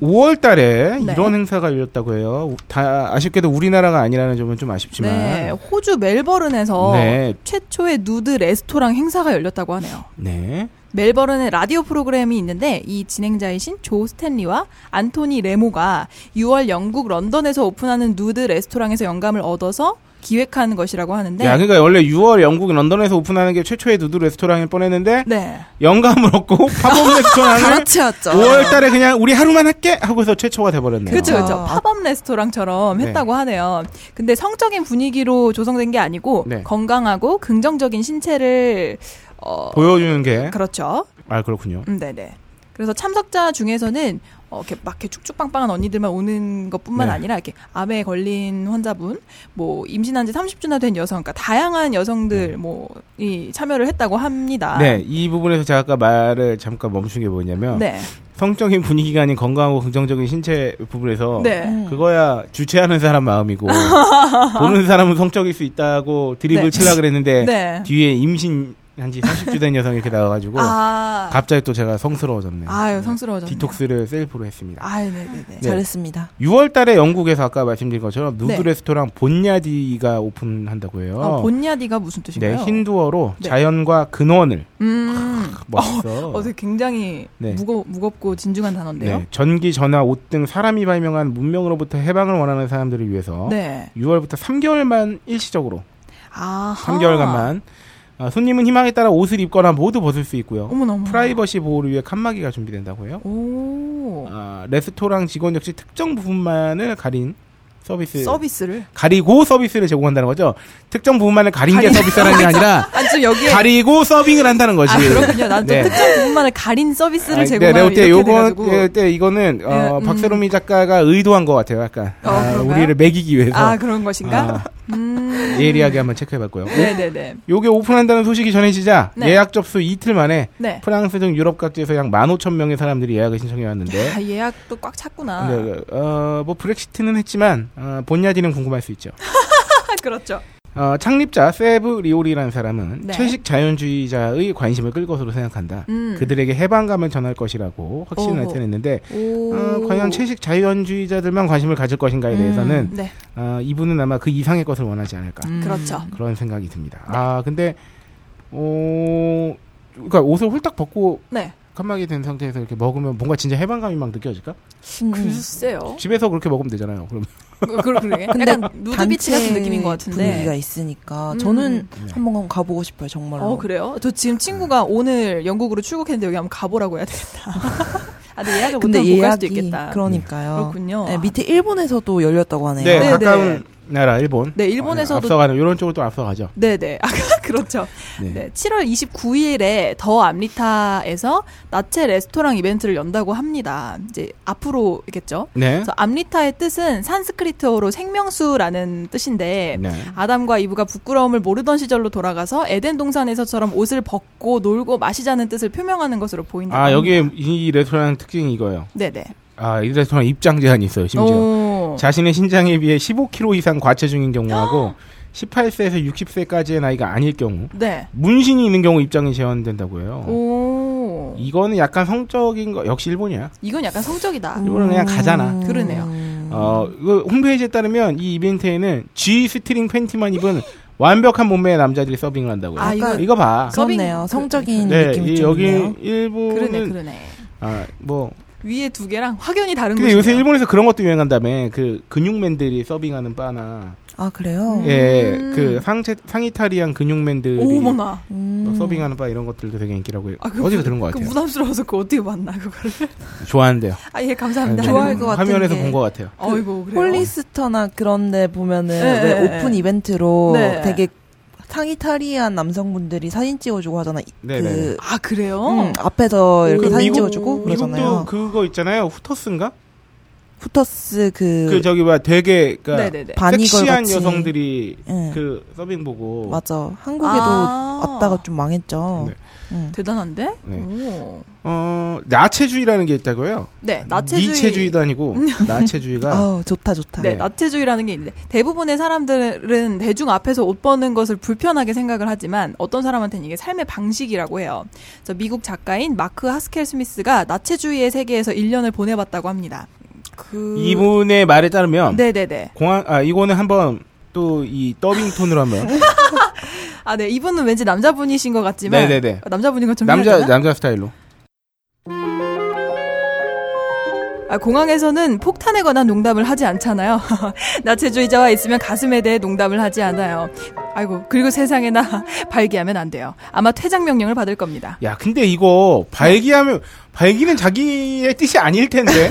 Speaker 4: 5월 달에
Speaker 6: 네.
Speaker 4: 이런 행사가 열렸다고 해요. 우- 다 아쉽게도 우리나라가 아니라는 점은 좀 아쉽지만.
Speaker 6: 네, 호주 멜버른에서
Speaker 4: 네.
Speaker 6: 최초의 누드 레스토랑 행사가 열렸다고 하네요.
Speaker 4: 네.
Speaker 6: 멜버른의 라디오 프로그램이 있는데 이 진행자이신 조 스탠리와 안토니 레모가 6월 영국 런던에서 오픈하는 누드 레스토랑에서 영감을 얻어서 기획한 것이라고 하는데
Speaker 4: 야, 그러니까 원래 6월 영국 런던에서 오픈하는 게 최초의 누드 레스토랑일 뻔했는데
Speaker 6: 네.
Speaker 4: 영감을 얻고
Speaker 6: (laughs)
Speaker 4: 팝업
Speaker 7: 아,
Speaker 6: 아,
Speaker 4: 레스토랑을
Speaker 7: 가르치였죠.
Speaker 4: 5월 달에 그냥 우리 하루만 할게 하고서 최초가 돼 버렸네요.
Speaker 7: 아.
Speaker 6: 그렇죠, 그렇죠. 팝업 레스토랑처럼
Speaker 4: 네.
Speaker 6: 했다고 하네요. 근데 성적인 분위기로 조성된 게 아니고
Speaker 4: 네.
Speaker 6: 건강하고 긍정적인 신체를 어
Speaker 4: 보여주는 게
Speaker 6: 그렇죠.
Speaker 4: 아, 그렇군요.
Speaker 6: 음, 네네. 그래서 참석자 중에서는 어, 이렇게 막 이렇게 쭉쭉빵빵한 언니들만 오는 것뿐만
Speaker 4: 네.
Speaker 6: 아니라 이렇게 암에 걸린 환자분, 뭐 임신한 지 30주나 된 여성, 그러니까 다양한 여성들 뭐 이 참여를 했다고 합니다.
Speaker 4: 네, 이 부분에서 제가 아까 말을 잠깐 멈춘 게 뭐냐면
Speaker 6: 네.
Speaker 4: 성적인 분위기가 아닌 건강하고 긍정적인 신체 부분에서
Speaker 6: 네.
Speaker 4: 그거야 주최하는 사람
Speaker 6: (laughs)
Speaker 4: 마음이고 보는 사람은 성적일 수 있다고 드립을
Speaker 6: 네.
Speaker 4: 치려 그랬는데
Speaker 6: 네.
Speaker 4: 뒤에 임신 한지 30주 된 여성이 이렇게 나와가지고
Speaker 6: 아.
Speaker 4: 갑자기 또 제가 성스러워졌네요.
Speaker 6: 아유, 성스러워졌네.
Speaker 4: 디톡스를 셀프로 했습니다.
Speaker 6: 아유, 네, 네, 네.
Speaker 4: 네.
Speaker 7: 잘했습니다.
Speaker 4: 6월달에 영국에서 아까 말씀드린 것처럼 누드
Speaker 6: 네.
Speaker 4: 레스토랑 본야디가 오픈한다고 해요.
Speaker 6: 아, 본야디가 무슨
Speaker 4: 어.
Speaker 6: 뜻인가요?
Speaker 4: 네, 힌두어로
Speaker 6: 네.
Speaker 4: 자연과 근원을
Speaker 6: 음.
Speaker 4: 멋있어.
Speaker 6: 어, 되게 굉장히
Speaker 4: 네.
Speaker 6: 무거 무겁고 진중한 단어인데요.
Speaker 4: 네, 전기, 전화, 옷 등 사람이 발명한 문명으로부터 해방을 원하는 사람들을 위해서
Speaker 6: 네.
Speaker 4: 6월부터 3개월만 일시적으로
Speaker 6: 아.
Speaker 4: 3개월간만 어, 손님은 희망에 따라 옷을 입거나 모두 벗을 수 있고요.
Speaker 6: 어머나, 어머나.
Speaker 4: 프라이버시 보호를 위해 칸막이가 준비된다고 해요.
Speaker 6: 오.
Speaker 4: 아, 레스토랑 직원 역시 특정 부분만을 가린 서비스
Speaker 6: 서비스를.
Speaker 4: 가리고 서비스를 제공한다는 거죠. 특정 부분만을 가린 게 서비스라는 게 아니라
Speaker 6: 아, 지금 여기에
Speaker 4: 가리고 서빙을 한다는 거지.
Speaker 6: 아 그렇군요. 난좀
Speaker 4: 네.
Speaker 6: 특정 부분만을 가린 서비스를
Speaker 4: 아니,
Speaker 6: 제공하는
Speaker 4: 네, 네,
Speaker 6: 이렇게
Speaker 4: 요거
Speaker 6: 돼가지고.
Speaker 4: 네, 네, 이거는 어,
Speaker 6: 음.
Speaker 4: 박세롬이 작가가 의도한 것 같아요. 약간
Speaker 6: 어,
Speaker 4: 아,
Speaker 6: 그런가요?
Speaker 4: 우리를 매기기 위해서
Speaker 6: 아 그런 것인가?
Speaker 4: 아,
Speaker 6: 음.
Speaker 4: 예리하게 한번 체크해봤고요.
Speaker 6: 네네네.
Speaker 4: 요게 오픈한다는 소식이 전해지자
Speaker 6: 네.
Speaker 4: 예약 접수 이틀 만에
Speaker 6: 네.
Speaker 4: 프랑스 등 유럽 각지에서 약 15,000명의 사람들이 예약을 신청해 왔는데
Speaker 6: 아, 예약도 꽉 찼구나.
Speaker 4: 근데, 어, 뭐 브렉시트는 했지만 어, 본야디는 궁금할 수 있죠.
Speaker 6: 아, 그렇죠.
Speaker 4: 어, 창립자 세브 리올이라는 사람은
Speaker 6: 네.
Speaker 4: 채식 자연주의자의 관심을 끌 것으로 생각한다.
Speaker 6: 음.
Speaker 4: 그들에게 해방감을 전할 것이라고 확신을
Speaker 6: 오호.
Speaker 4: 나타냈는데
Speaker 6: 오.
Speaker 4: 어, 과연 채식 자연주의자들만 관심을 가질 것인가에 대해서는
Speaker 6: 음, 네.
Speaker 4: 어, 이분은 아마 그 이상의 것을 원하지 않을까
Speaker 6: 그렇죠.
Speaker 4: 그런 생각이 듭니다. 아 근데 어, 그러니까 옷을 홀딱 벗고
Speaker 6: 네.
Speaker 4: 칸막이 된 상태에서 이렇게 먹으면 뭔가 진짜 해방감이 막 느껴질까?
Speaker 6: 어? 음.
Speaker 4: 음.
Speaker 7: 그
Speaker 6: 글쎄요.
Speaker 4: 집에서 그렇게 먹으면 되잖아요. 그럼
Speaker 6: 그, 그, 그러게.
Speaker 7: 근데
Speaker 6: 약간 누드비치 같은 느낌인 것
Speaker 7: 분위기가
Speaker 6: 같은데.
Speaker 7: 있으니까
Speaker 6: 음.
Speaker 7: 저는
Speaker 4: 음.
Speaker 7: 한번 가보고 싶어요. 정말로.
Speaker 6: 어 그래요? 저 지금
Speaker 4: 네.
Speaker 6: 친구가 오늘 영국으로 출국했는데 여기 한번 가보라고 해야 되겠다. (laughs) 아, 근데 예약을
Speaker 7: 근데
Speaker 6: 못하면 못 갈 수도
Speaker 7: 예약이
Speaker 6: 있겠다.
Speaker 7: 그러니까요.
Speaker 6: 그렇군요.
Speaker 7: 네, 밑에 일본에서도 열렸다고 하네요.
Speaker 4: 네,
Speaker 6: 네,
Speaker 4: 가까운 나라 일본.
Speaker 6: 네, 일본에서도-
Speaker 4: 어, 앞서가는 이런 쪽으로 또 앞서가죠.
Speaker 6: 네네. (laughs) 아, 그렇죠.
Speaker 4: 네.
Speaker 6: 네. 7월 29일에 더 암리타에서 나체 레스토랑 이벤트를 연다고 합니다. 이제 앞으로겠죠.
Speaker 4: 네.
Speaker 6: 그래서 암리타의 뜻은 산스크리트어로 생명수라는 뜻인데
Speaker 4: 네.
Speaker 6: 아담과 이브가 부끄러움을 모르던 시절로 돌아가서 에덴 동산에서처럼 옷을 벗고 놀고 마시자는 뜻을 표명하는 것으로 보인다.
Speaker 4: 아 여기 이 레스토랑 특징이 이거예요.
Speaker 6: 네네.
Speaker 4: 아 이 레스토랑 입장 제한이 있어요. 심지어
Speaker 6: 오.
Speaker 4: 자신의 신장에 비해 15kg 이상 과체중인 경우하고 18세에서 60세까지의 나이가 아닐 경우
Speaker 6: 네.
Speaker 4: 문신이 있는 경우 입장이 제한된다고 해요.
Speaker 6: 오.
Speaker 4: 이거는 약간 성적인 거 역시 일본이야.
Speaker 6: 이건 약간 성적이다.
Speaker 4: 일본은 그냥 가잖아.
Speaker 6: 그러네요.
Speaker 7: 음.
Speaker 4: 어, 이거 홈페이지에 따르면 이 이벤트에는 G 스트링 팬티만 입은 완벽한 몸매의 남자들이 서빙을 한다고요.
Speaker 6: 아, 이거-
Speaker 4: 이거 봐.
Speaker 6: 서빙-
Speaker 7: 그렇네요. 성적인
Speaker 4: 네,
Speaker 7: 느낌이
Speaker 4: 이
Speaker 7: 좀
Speaker 4: 여기
Speaker 7: 있네요.
Speaker 4: 일본은
Speaker 6: 그러네, 그러네.
Speaker 4: 아, 뭐
Speaker 6: 위에 두 개랑 확연히 다른
Speaker 4: 근데
Speaker 6: 곳이에요.
Speaker 4: 요새 일본에서 그런 것도 유행한다며 그 근육맨들이 서빙하는 바나
Speaker 7: 아 그래요?
Speaker 4: 예 그 상체 상이탈이한 근육맨들이
Speaker 6: 오머나.
Speaker 4: 막
Speaker 7: 음.
Speaker 4: 서빙하는 바 이런 것들도 되게 인기라고
Speaker 6: 아, 그거
Speaker 4: 어디서 들은 것
Speaker 6: 그
Speaker 4: 같아요.
Speaker 6: 부담스러워서 그거 어떻게 봤나 그거를.
Speaker 4: 좋아한대요.
Speaker 6: 아 예 감사합니다.
Speaker 4: 네,
Speaker 7: 좋아할 것 같은
Speaker 4: 화면에서
Speaker 7: 게
Speaker 4: 본 것 같아요.
Speaker 6: 어이고 그래요.
Speaker 7: 홀리스터나 그런데 보면은
Speaker 6: 네,
Speaker 7: 왜
Speaker 6: 네, 네.
Speaker 7: 오픈 이벤트로
Speaker 6: 네.
Speaker 7: 되게 상의 탈의한 남성분들이 사진 찍어주고 하잖아. 이-
Speaker 4: 네, 네, 네.
Speaker 7: 그
Speaker 6: 아 그래요?
Speaker 7: 음, 앞에서 이렇게
Speaker 4: 그
Speaker 7: 사진
Speaker 4: 미국-
Speaker 7: 찍어주고
Speaker 4: 미국도
Speaker 7: 그러잖아요.
Speaker 4: 그거 있잖아요. 후터스인가?
Speaker 7: 후터스 그,
Speaker 4: 그 저기 뭐야 되게 그러니까
Speaker 6: 네네네.
Speaker 7: 바니걸
Speaker 4: 섹시한
Speaker 7: 같이
Speaker 4: 여성들이
Speaker 7: 예.
Speaker 4: 그 서빙 보고
Speaker 7: 맞아. 한국에도
Speaker 6: 아.
Speaker 7: 왔다가 좀 망했죠.
Speaker 4: 네.
Speaker 7: 음.
Speaker 6: 대단한데?
Speaker 4: 네.
Speaker 6: 오.
Speaker 4: 어 나체주의라는 게 있다고요.
Speaker 6: 네 나체주의.
Speaker 4: 니체주의도 아니고
Speaker 7: 음. (laughs)
Speaker 4: 나체주의가
Speaker 7: 아우 좋다 좋다.
Speaker 6: 네,
Speaker 4: 네.
Speaker 6: 나체주의라는 게 있는데 대부분의 사람들은 대중 앞에서 옷 버는 것을 불편하게 생각을 하지만 어떤 사람한테는 이게 삶의 방식이라고 해요. 그래서 미국 작가인 마크 하스켈 스미스가 나체주의의 세계에서 1년을 보내봤다고 합니다. 그
Speaker 4: 이분의 말에 따르면
Speaker 6: 네네네.
Speaker 4: 공항 아 이거는 한번 또 이 더빙 톤으로 한번
Speaker 7: (laughs)
Speaker 6: 아, 네. 이분은 왠지 남자분이신 것 같지만
Speaker 4: 네네네.
Speaker 6: 아, 남자분인 것좀
Speaker 4: 남자 남자 스타일로
Speaker 6: 아, 공항에서는 폭탄에 관한 농담을 하지 않잖아요. (laughs) 나체주의자와 있으면 가슴에 대해 농담을 하지 않아요. 아이고, 그리고 세상에나 (laughs) 발기하면 안 돼요. 아마 퇴장 명령을 받을 겁니다.
Speaker 4: 야 근데 이거 발기하면 발기는 자기의 뜻이 아닐 텐데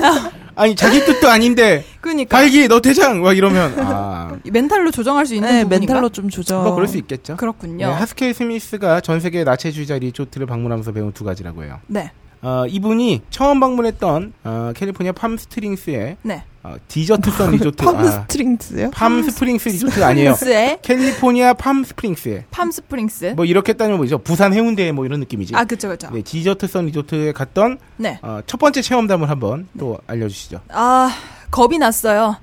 Speaker 4: 아니 자기 뜻도 아닌데
Speaker 6: 그러니까
Speaker 4: 발기 너 대장 막 이러면 아
Speaker 6: 멘탈로 조정할 수 있는
Speaker 7: 네,
Speaker 6: 부분인가?
Speaker 7: 멘탈로 좀 조절.
Speaker 4: 뭐 그럴 수 있겠죠. 네,
Speaker 6: 그렇군요. 네.
Speaker 4: 하스케이 스미스가 전 세계 나체주의자 리조트를 방문하면서 배운 두 가지라고 해요.
Speaker 6: 네.
Speaker 4: 어, 이분이 처음 방문했던 어, 캘리포니아 팜스트링스의
Speaker 6: 네.
Speaker 4: 어,
Speaker 7: (laughs)
Speaker 4: 디저트성 리조트 아,
Speaker 7: 팜스트링스요?
Speaker 4: 팜스프링스 리조트 아니에요.
Speaker 6: 스의
Speaker 4: 캘리포니아 팜스프링스에
Speaker 6: 팜스프링스.
Speaker 4: 뭐 이렇게 따지면 뭐죠? 부산 해운대 뭐 이런 느낌이지.
Speaker 6: 아, 그쵸, 그쵸.
Speaker 4: 네, 디저트선 리조트에 갔던
Speaker 6: 네.
Speaker 4: 어, 첫 번째 체험담을 한번 또 알려주시죠.
Speaker 6: 아, 겁이 났어요.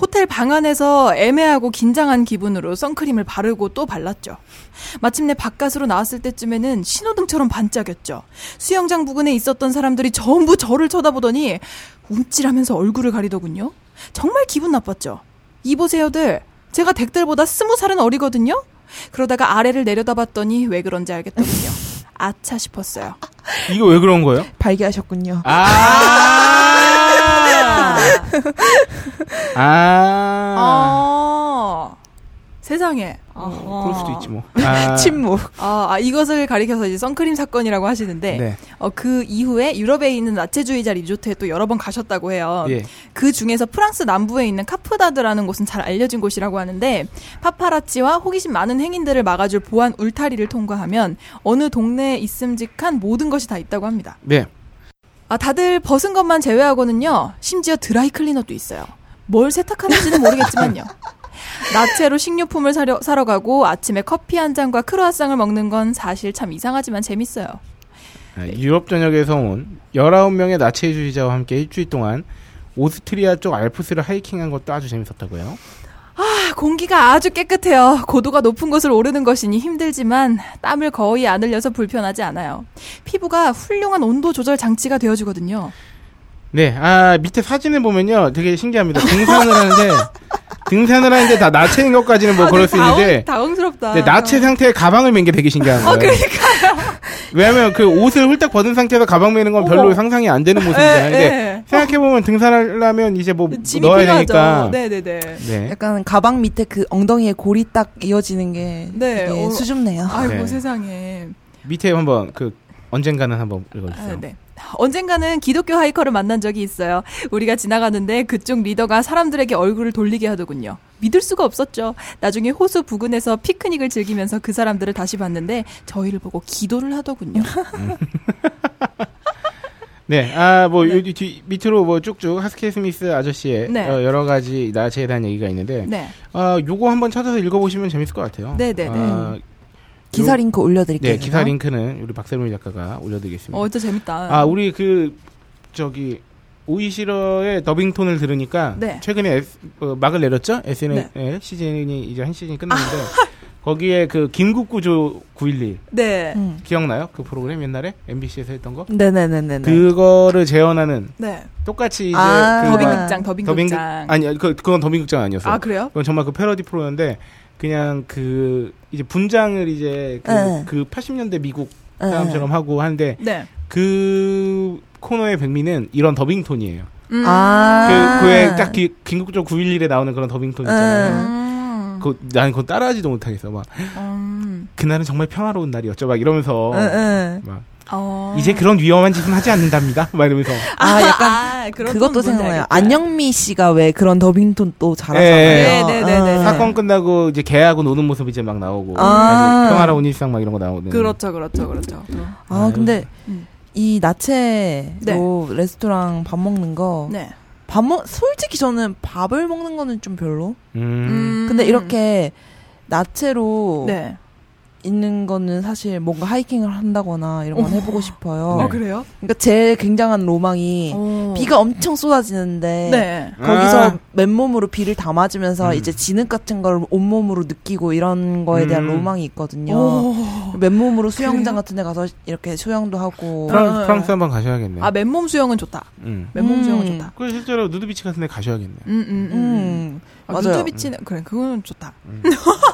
Speaker 6: 호텔 방 안에서 애매하고 긴장한 기분으로 선크림을 바르고 또 발랐죠. 마침내 바깥으로 나왔을 때쯤에는 신호등처럼 반짝였죠. 수영장 부근에 있었던 사람들이 전부 저를 쳐다보더니 움찔하면서 얼굴을 가리더군요. 정말 기분 나빴죠. 이보세요들, 제가 댁들보다 스무 살은 어리거든요? 그러다가 아래를 내려다봤더니 왜 그런지 알겠더군요. 아차 싶었어요.
Speaker 4: 이거 왜 그런 거예요?
Speaker 7: 발기하셨군요. (laughs)
Speaker 4: 아,
Speaker 7: 어.
Speaker 4: 아,
Speaker 6: 아. 세상에.
Speaker 4: 어, 그럴 수도 있지 뭐. 아.
Speaker 7: 어. 침묵.
Speaker 6: 아, 아, 이것을 가리켜서 이제 선크림 사건이라고 하시는데
Speaker 4: 네,
Speaker 6: 어, 그 이후에 유럽에 있는 나체주의자 리조트에 또 여러 번 가셨다고
Speaker 7: 어.
Speaker 6: 해요.
Speaker 4: 예.
Speaker 6: 그 중에서 프랑스 남부에 있는 카프다드라는 곳은 잘 알려진 곳이라고 하는데 파파라치와 호기심 많은 행인들을 막아줄 보안 울타리를 통과하면 어느 동네에 있음직한 모든 것이 다 있다고 합니다.
Speaker 4: 네.
Speaker 6: 아, 다들 벗은 것만 제외하고는요. 심지어 드라이 클리너도 있어요. 뭘
Speaker 4: (laughs)
Speaker 6: 세탁하는지는 모르겠지만요. 나체로 식료품을 사려, 사러 가고 아침에 커피 한 잔과 크루아상을 먹는 건 사실 참 이상하지만 재밌어요.
Speaker 4: 아, 유럽 전역에서 온 19명의 나체주의자와 함께 일주일 동안 오스트리아 쪽 알프스를 하이킹한 것도 아주 재밌었다고요.
Speaker 6: 아, 공기가 아주 깨끗해요. 고도가 높은 곳을 오르는 것이니 힘들지만 땀을 거의 안 흘려서 불편하지 않아요. 피부가 훌륭한 온도 조절 장치가 되어주거든요.
Speaker 4: 네, 아 밑에 사진을 보면요, 되게 신기합니다. 등산을
Speaker 7: (laughs)
Speaker 4: 하는데 등산을 하는데 다 나체인 것까지는
Speaker 7: 아,
Speaker 4: 뭐
Speaker 7: 네.
Speaker 4: 그럴 수 있는데
Speaker 6: 당황, 스럽다
Speaker 4: 네, 나체 상태의 가방을 맨 게 되게 신기한
Speaker 6: 어,
Speaker 4: 거예요. 그러니까요. 왜냐하면 그 옷을 홀딱 벗은 상태에서 가방 매는 건 별로
Speaker 6: 어머.
Speaker 4: 상상이 안 되는
Speaker 6: 예,
Speaker 4: 모습이잖아요. 근데
Speaker 6: 예. 그
Speaker 4: 생각해 보면 등산하려면 이제 뭐
Speaker 6: 짐이
Speaker 4: 넣어야
Speaker 6: 필요하죠.
Speaker 4: 되니까.
Speaker 6: 네네네.
Speaker 4: 네.
Speaker 7: 약간 가방 밑에 그 엉덩이에 골이 딱 이어지는 게
Speaker 6: 네,
Speaker 7: 되게
Speaker 6: 어.
Speaker 7: 수줍네요.
Speaker 6: 아이고
Speaker 4: 네.
Speaker 6: 세상에.
Speaker 4: 밑에 한번 그 언젠가는 한번
Speaker 6: 아,
Speaker 4: 읽어주세요.
Speaker 6: 네. 언젠가는 기독교 하이커를 만난 적이 있어요. 우리가 지나가는데 그쪽 리더가 사람들에게 얼굴을 돌리게 하더군요. 믿을 수가 없었죠. 나중에 호수 부근에서 피크닉을 즐기면서 그 사람들을 다시 봤는데 저희를 보고 기도를 하더군요.
Speaker 4: 네, 아, 뭐, 요, 뒤, 밑으로 뭐 쭉쭉 하스케 스미스 아저씨의
Speaker 6: 네.
Speaker 4: 어, 여러 가지 나체에 대한 얘기가 있는데,
Speaker 6: 네.
Speaker 4: 아, 요거 한번 찾아서 읽어보시면 재밌을 것 같아요.
Speaker 6: 네, 네, 네.
Speaker 4: 아,
Speaker 7: 기사 링크 올려드릴게요.
Speaker 4: 네, 기사 링크는 우리 박세민 작가가 올려드리겠습니다.
Speaker 6: 어, 진짜 재밌다.
Speaker 4: 아, 우리 그, 저기, 오이시러의 더빙톤을 들으니까,
Speaker 6: 네.
Speaker 4: 최근에 S- 어, 막을 내렸죠? SNL 네, 시즌이 이제 한 시즌이 끝났는데, (laughs) 거기에 그, 긴급구조 911,
Speaker 6: 네.
Speaker 7: 음.
Speaker 4: 기억나요? 그 프로그램 옛날에? MBC에서 했던 거?
Speaker 7: 네네네네.
Speaker 4: 그거를 재현하는
Speaker 6: 네.
Speaker 4: 똑같이 이제
Speaker 7: 아,
Speaker 4: 그
Speaker 7: 더빙
Speaker 4: 막-
Speaker 6: 더빙극장,
Speaker 4: 더빙극
Speaker 6: 더빙극장.
Speaker 4: 아니 그 그건 더빙극장 아니었어.
Speaker 6: 아,
Speaker 4: 요
Speaker 6: 그래요?
Speaker 4: 그건 정말 그 패러디 프로였는데 그냥 그 이제 분장을 이제 그,
Speaker 7: 네.
Speaker 4: 그 80년대 미국 사람처럼 하고 하는데
Speaker 6: 네.
Speaker 4: 그 코너의 백미는 이런 더빙톤이에요.
Speaker 6: 음.
Speaker 7: 아.
Speaker 4: 그, 그에 딱 기, 긴급적 911에 나오는 그런 더빙톤 있잖아요.
Speaker 7: 응.
Speaker 6: 음.
Speaker 4: 그, 나는 그건 따라하지도 못하겠어. 막,
Speaker 6: 음.
Speaker 4: 그날은 정말 평화로운 날이었죠. 막 이러면서.
Speaker 7: 응, 응.
Speaker 4: 막,
Speaker 6: 어.
Speaker 4: 이제 그런 위험한 짓은 하지 않는답니다. (laughs) 막 이러면서.
Speaker 7: 아, 약간
Speaker 6: 아, 그런
Speaker 7: 그것도
Speaker 6: 건 뭔지
Speaker 7: 생각나요.
Speaker 6: 알겠다.
Speaker 7: 안영미 씨가 왜 그런 더빙톤 또
Speaker 4: 예,
Speaker 7: 잘하잖아요.
Speaker 6: 네, 네, 네, 네.
Speaker 7: 응.
Speaker 4: 사건 끝나고 이제 개하고 노는 모습이 이제 막 나오고.
Speaker 7: 아.
Speaker 4: 아주 평화로운 일상 막 이런 거 나오는.
Speaker 6: 그렇죠, 그렇죠, 그렇죠.
Speaker 7: 아, 근데
Speaker 6: 음.
Speaker 7: 이 나체로 레스토랑 밥 먹는 거.
Speaker 6: 네.
Speaker 7: 밥 먹, 솔직히 저는 밥을 먹는 거는 좀 별로.
Speaker 4: 음.
Speaker 7: 근데 이렇게 나체로
Speaker 6: 네.
Speaker 7: 있는 거는 사실 뭔가 하이킹을 한다거나 이런 건 해보고 싶어요.
Speaker 4: 네.
Speaker 6: 어 그래요?
Speaker 7: 그러니까 제 굉장한 로망이
Speaker 6: 오.
Speaker 7: 비가 엄청 쏟아지는데
Speaker 6: 어. 네.
Speaker 7: 거기서
Speaker 4: 아.
Speaker 7: 맨몸으로 비를 다 맞으면서
Speaker 4: 음.
Speaker 7: 이제 지는 같은 걸 온몸으로 느끼고 이런 거에 대한
Speaker 4: 음.
Speaker 7: 로망이 있거든요.
Speaker 6: 오.
Speaker 7: 맨몸으로 수영장
Speaker 6: 그래요?
Speaker 7: 같은 데 가서 이렇게 수영도 하고
Speaker 4: 프랑스,
Speaker 6: 어.
Speaker 4: 프랑스 한번 가셔야겠네.
Speaker 6: 아 맨몸 수영은 좋다.
Speaker 4: 음.
Speaker 6: 맨몸
Speaker 7: 음.
Speaker 6: 수영은 좋다.
Speaker 4: 그 실제로 누드비치 같은 데 가셔야겠네.
Speaker 6: 음, 음, 음.
Speaker 7: 음.
Speaker 6: 아,
Speaker 7: 맞아요.
Speaker 6: 누드비치는 그래, 그거는 좋다.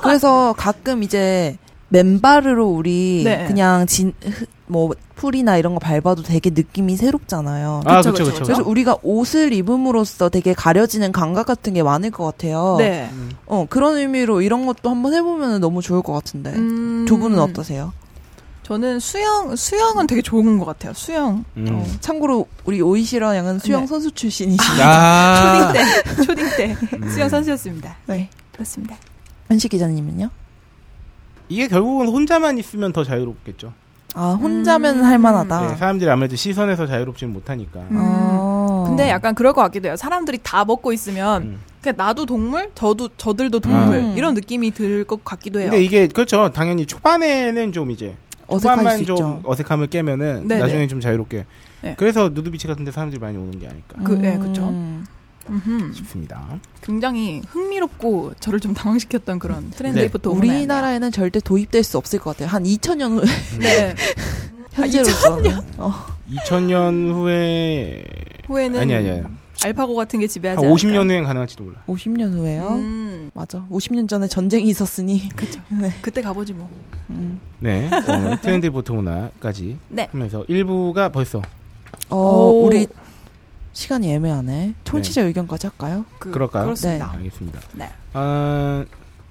Speaker 7: 그래서 가끔 이제 맨바르로 우리
Speaker 6: 네.
Speaker 7: 그냥 진, 흐- 뭐 풀이나 이런 거 밟아도 되게 느낌이 새롭잖아요.
Speaker 4: 아,
Speaker 6: 그쵸,
Speaker 4: 그쵸,
Speaker 6: 그쵸,
Speaker 4: 그쵸.
Speaker 7: 그래서 우리가 옷을 입음으로써 되게 가려지는 감각 같은 게 많을 것 같아요.
Speaker 6: 네.
Speaker 7: 어, 그런 의미로 이런 것도 한번 해보면 너무 좋을 것 같은데.
Speaker 6: 음.
Speaker 7: 네. 두 분은 어떠세요?
Speaker 6: 저는 수영 수영은 되게 좋은 것 같아요. 수영
Speaker 4: 음.
Speaker 7: 어. 참고로 우리 오이시라 양은 수영
Speaker 6: 네.
Speaker 7: 선수 출신이시.
Speaker 4: 야.
Speaker 6: 초딩 때 (laughs) 초딩 때 수영 선수였습니다.
Speaker 7: 아. 음. 네.
Speaker 6: 그렇습니다.
Speaker 7: 현식 기자님은요?
Speaker 4: 이게 결국은 혼자만 있으면 더 자유롭겠죠.
Speaker 7: 아 혼자면 할만하다.
Speaker 4: 네, 사람들이 아무래도 시선에서 자유롭지는 못하니까.
Speaker 6: 음.
Speaker 7: 아.
Speaker 6: 근데 약간 그럴 것 같기도 해요. 사람들이 다 먹고 있으면
Speaker 4: 음.
Speaker 6: 그냥 나도 동물, 저도 저들도 동물
Speaker 7: 음.
Speaker 6: 이런 느낌이 들 것 같기도 해요.
Speaker 4: 근데 이게 그렇죠. 당연히 초반에는 좀 이제
Speaker 7: 어색할 수
Speaker 4: 초반만 좀
Speaker 7: 있죠.
Speaker 4: 어색함을 깨면은
Speaker 6: 네네.
Speaker 4: 나중에 좀 자유롭게.
Speaker 6: 네.
Speaker 4: 그래서 누드비치 같은 데 사람들이 많이 오는 게 아닐까
Speaker 6: 그- 예, 그쵸.
Speaker 7: 음.
Speaker 6: 음흠.
Speaker 4: 싶습니다.
Speaker 6: 굉장히 흥미롭고 저를 좀 당황시켰던 그런
Speaker 4: 네.
Speaker 6: 트렌드부터
Speaker 7: 우리나라에는 절대 도입될 수 없을 것 같아요. 한 2000년 후에
Speaker 6: 네.
Speaker 7: (laughs) 현재로서는. 어.
Speaker 4: 2000년 후에
Speaker 6: 후에는
Speaker 4: 아니 아니 아니.
Speaker 6: 알파고 같은 게
Speaker 4: 한
Speaker 6: 지배하지
Speaker 4: 50년 후엔 가능할지도 몰라.
Speaker 7: 50년 후에요.
Speaker 6: 않을까. 음,
Speaker 7: 맞아. 50년 전에 전쟁이 있었으니.
Speaker 6: 그쵸.
Speaker 7: 네.
Speaker 6: 그때 가보지 뭐.
Speaker 7: 음.
Speaker 6: (laughs)
Speaker 4: 네. 오늘 트렌드 보트 문화까지
Speaker 6: 네.
Speaker 4: 하면서 일부가 벌써
Speaker 7: 어,
Speaker 6: 오.
Speaker 7: 우리 시간이 애매하네. 청취자 의견까지 할까요?
Speaker 6: 그,
Speaker 4: 그럴까요?
Speaker 6: 그렇습니다.
Speaker 4: 알겠습니다.
Speaker 6: 네.
Speaker 4: 아,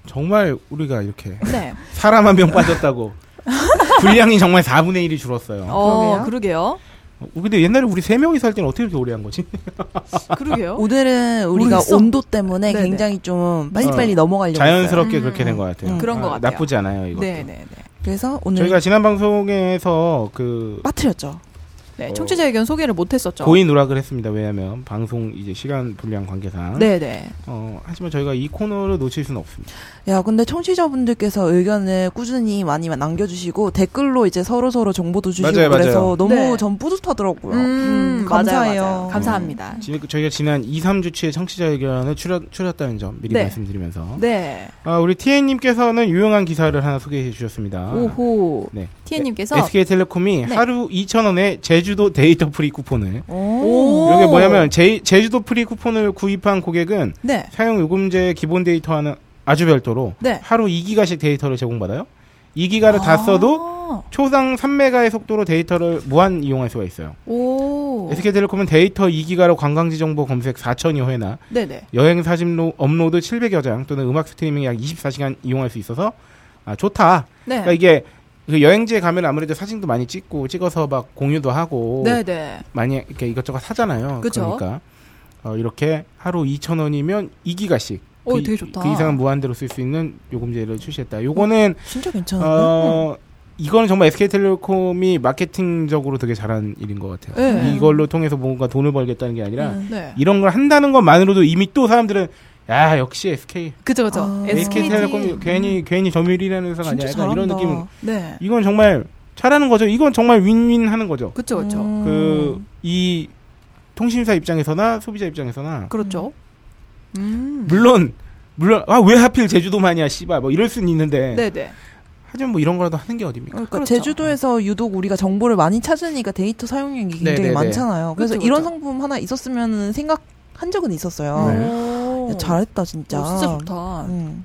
Speaker 4: 정말 우리가 이렇게
Speaker 6: 네.
Speaker 4: 사람 한 명
Speaker 6: (laughs)
Speaker 4: 빠졌다고 분량이 정말 4분의 1이 줄었어요.
Speaker 6: 어, 그러게요.
Speaker 4: 어, 근데 옛날에 우리 세 명이서 할 때는 어떻게 이렇게 오래 한
Speaker 6: (laughs)
Speaker 4: 거지? (laughs)
Speaker 6: 그러게요.
Speaker 7: 오늘은 우리가
Speaker 6: 모르겠어.
Speaker 7: 온도 때문에
Speaker 6: 어? 네네.
Speaker 7: 굉장히 좀 빨리빨리 넘어가려고 했어요.
Speaker 4: 자연스럽게
Speaker 6: 음.
Speaker 4: 그렇게 된 것 같아요. 어,
Speaker 7: 음.
Speaker 6: 그런 것 같아요.
Speaker 4: 나쁘지 않아요 이거.
Speaker 6: 네, 네, 네.
Speaker 7: 그래서 오늘
Speaker 4: 저희가 지난 방송에서 그
Speaker 7: 빠뜨렸죠.
Speaker 6: 네, 청취자 의견 소개를 못 했었죠.
Speaker 4: 어. 고인 누락을 했습니다. 왜냐하면 방송 이제 시간 분량 관계상.
Speaker 6: 네, 네.
Speaker 4: 어, 하지만 저희가 이 코너를 놓칠 수는 없습니다.
Speaker 7: 야, 근데 청취자분들께서 의견을 꾸준히 많이 남겨주시고 댓글로 이제 서로 서로 정보도 주시고
Speaker 4: 맞아요, 맞아요.
Speaker 7: 그래서 너무
Speaker 6: 네.
Speaker 7: 전 뿌듯하더라고요.
Speaker 6: 음,
Speaker 7: 감사해요.
Speaker 6: 맞아요, 맞아요. 감사합니다.
Speaker 4: 지- 그 저희가 지난 2, 3주치의 청취자 의견을 추렸, 추렸다는 점 미리
Speaker 6: 네.
Speaker 4: 말씀드리면서
Speaker 6: 네.
Speaker 4: 아, 우리 TA님께서는 유용한 기사를 하나 소개해 주셨습니다.
Speaker 6: 오호.
Speaker 4: 아. 네.
Speaker 6: 티엔님께서
Speaker 4: SK텔레콤이
Speaker 6: 네.
Speaker 4: 하루 2,000원에 제주도 데이터 프리 쿠폰을
Speaker 7: 오.
Speaker 4: 이게 뭐냐면 제, 제주도 프리 쿠폰을 구입한 고객은
Speaker 6: 네.
Speaker 4: 사용 요금제 기본 데이터와는 아주 별도로
Speaker 6: 네.
Speaker 4: 하루 2기가씩 데이터를 제공받아요. 2기가를
Speaker 6: 아.
Speaker 4: 다 써도 초당 3메가의 속도로 데이터를 무한 이용할 수가 있어요.
Speaker 6: 오.
Speaker 4: SK텔레콤은 데이터 2기가로 관광지 정보 검색 4,000여 회나
Speaker 6: 네, 네.
Speaker 4: 여행 사진 로- 업로드 700여 장 또는 음악 스트리밍 약 24시간 이용할 수 있어서 아, 좋다.
Speaker 6: 네.
Speaker 4: 그러니까 이게 그 여행지에 가면 아무래도 사진도 많이 찍고 찍어서 막 공유도 하고
Speaker 6: 네, 네.
Speaker 4: 많이 이렇게 이것저것 사잖아요.
Speaker 6: 그쵸.
Speaker 4: 러니까 어, 이렇게 하루 2,000원이면 2기가씩
Speaker 6: 오,
Speaker 4: 그, 이-
Speaker 6: 되게 좋다.
Speaker 4: 그 이상은 무한대로 쓸 수 있는 요금제를 출시했다. 요거는
Speaker 7: 진짜 괜찮은데?
Speaker 4: 어 이거는 정말 SK텔레콤이 마케팅적으로 되게 잘한 일인 것 같아요.
Speaker 6: 네.
Speaker 4: 이걸로 통해서 뭔가 돈을 벌겠다는 게 아니라
Speaker 7: 음.
Speaker 6: 네.
Speaker 4: 이런 걸 한다는 것만으로도 이미 또 사람들은 야 역시 SK
Speaker 6: 그죠, 그죠.
Speaker 7: 아.
Speaker 6: SKT.
Speaker 4: SK텔레콤 괜히 괜히 점유율이라는 회사가
Speaker 7: 진짜
Speaker 4: 아니야. 약간 이런
Speaker 7: 잘한다.
Speaker 4: 느낌.
Speaker 6: 네.
Speaker 4: 이건 정말 잘하는 거죠. 이건 정말 윈윈하는 거죠.
Speaker 6: 그쵸, 그쵸.
Speaker 7: 음.
Speaker 4: 그 이 통신사 입장에서나 소비자 입장에서나
Speaker 6: 그렇죠. 음.
Speaker 4: 물론 물론 아 왜 하필 제주도만이야 씨발 뭐 이럴 수는 있는데
Speaker 6: 네, 네.
Speaker 4: 하지만 뭐 이런 거라도 하는 게 어딥니까?
Speaker 7: 그러니까
Speaker 6: 그렇죠.
Speaker 7: 제주도에서 유독 우리가 정보를 많이 찾으니까 데이터 사용량이 굉장히
Speaker 4: 네네네.
Speaker 7: 많잖아요. 그래서
Speaker 6: 그렇죠,
Speaker 7: 이런
Speaker 6: 그렇죠.
Speaker 7: 상품 하나 있었으면 생각한 적은 있었어요.
Speaker 4: 네.
Speaker 6: 오.
Speaker 7: 야, 잘했다 진짜.
Speaker 6: 오, 어, 진짜 좋다.
Speaker 7: 음.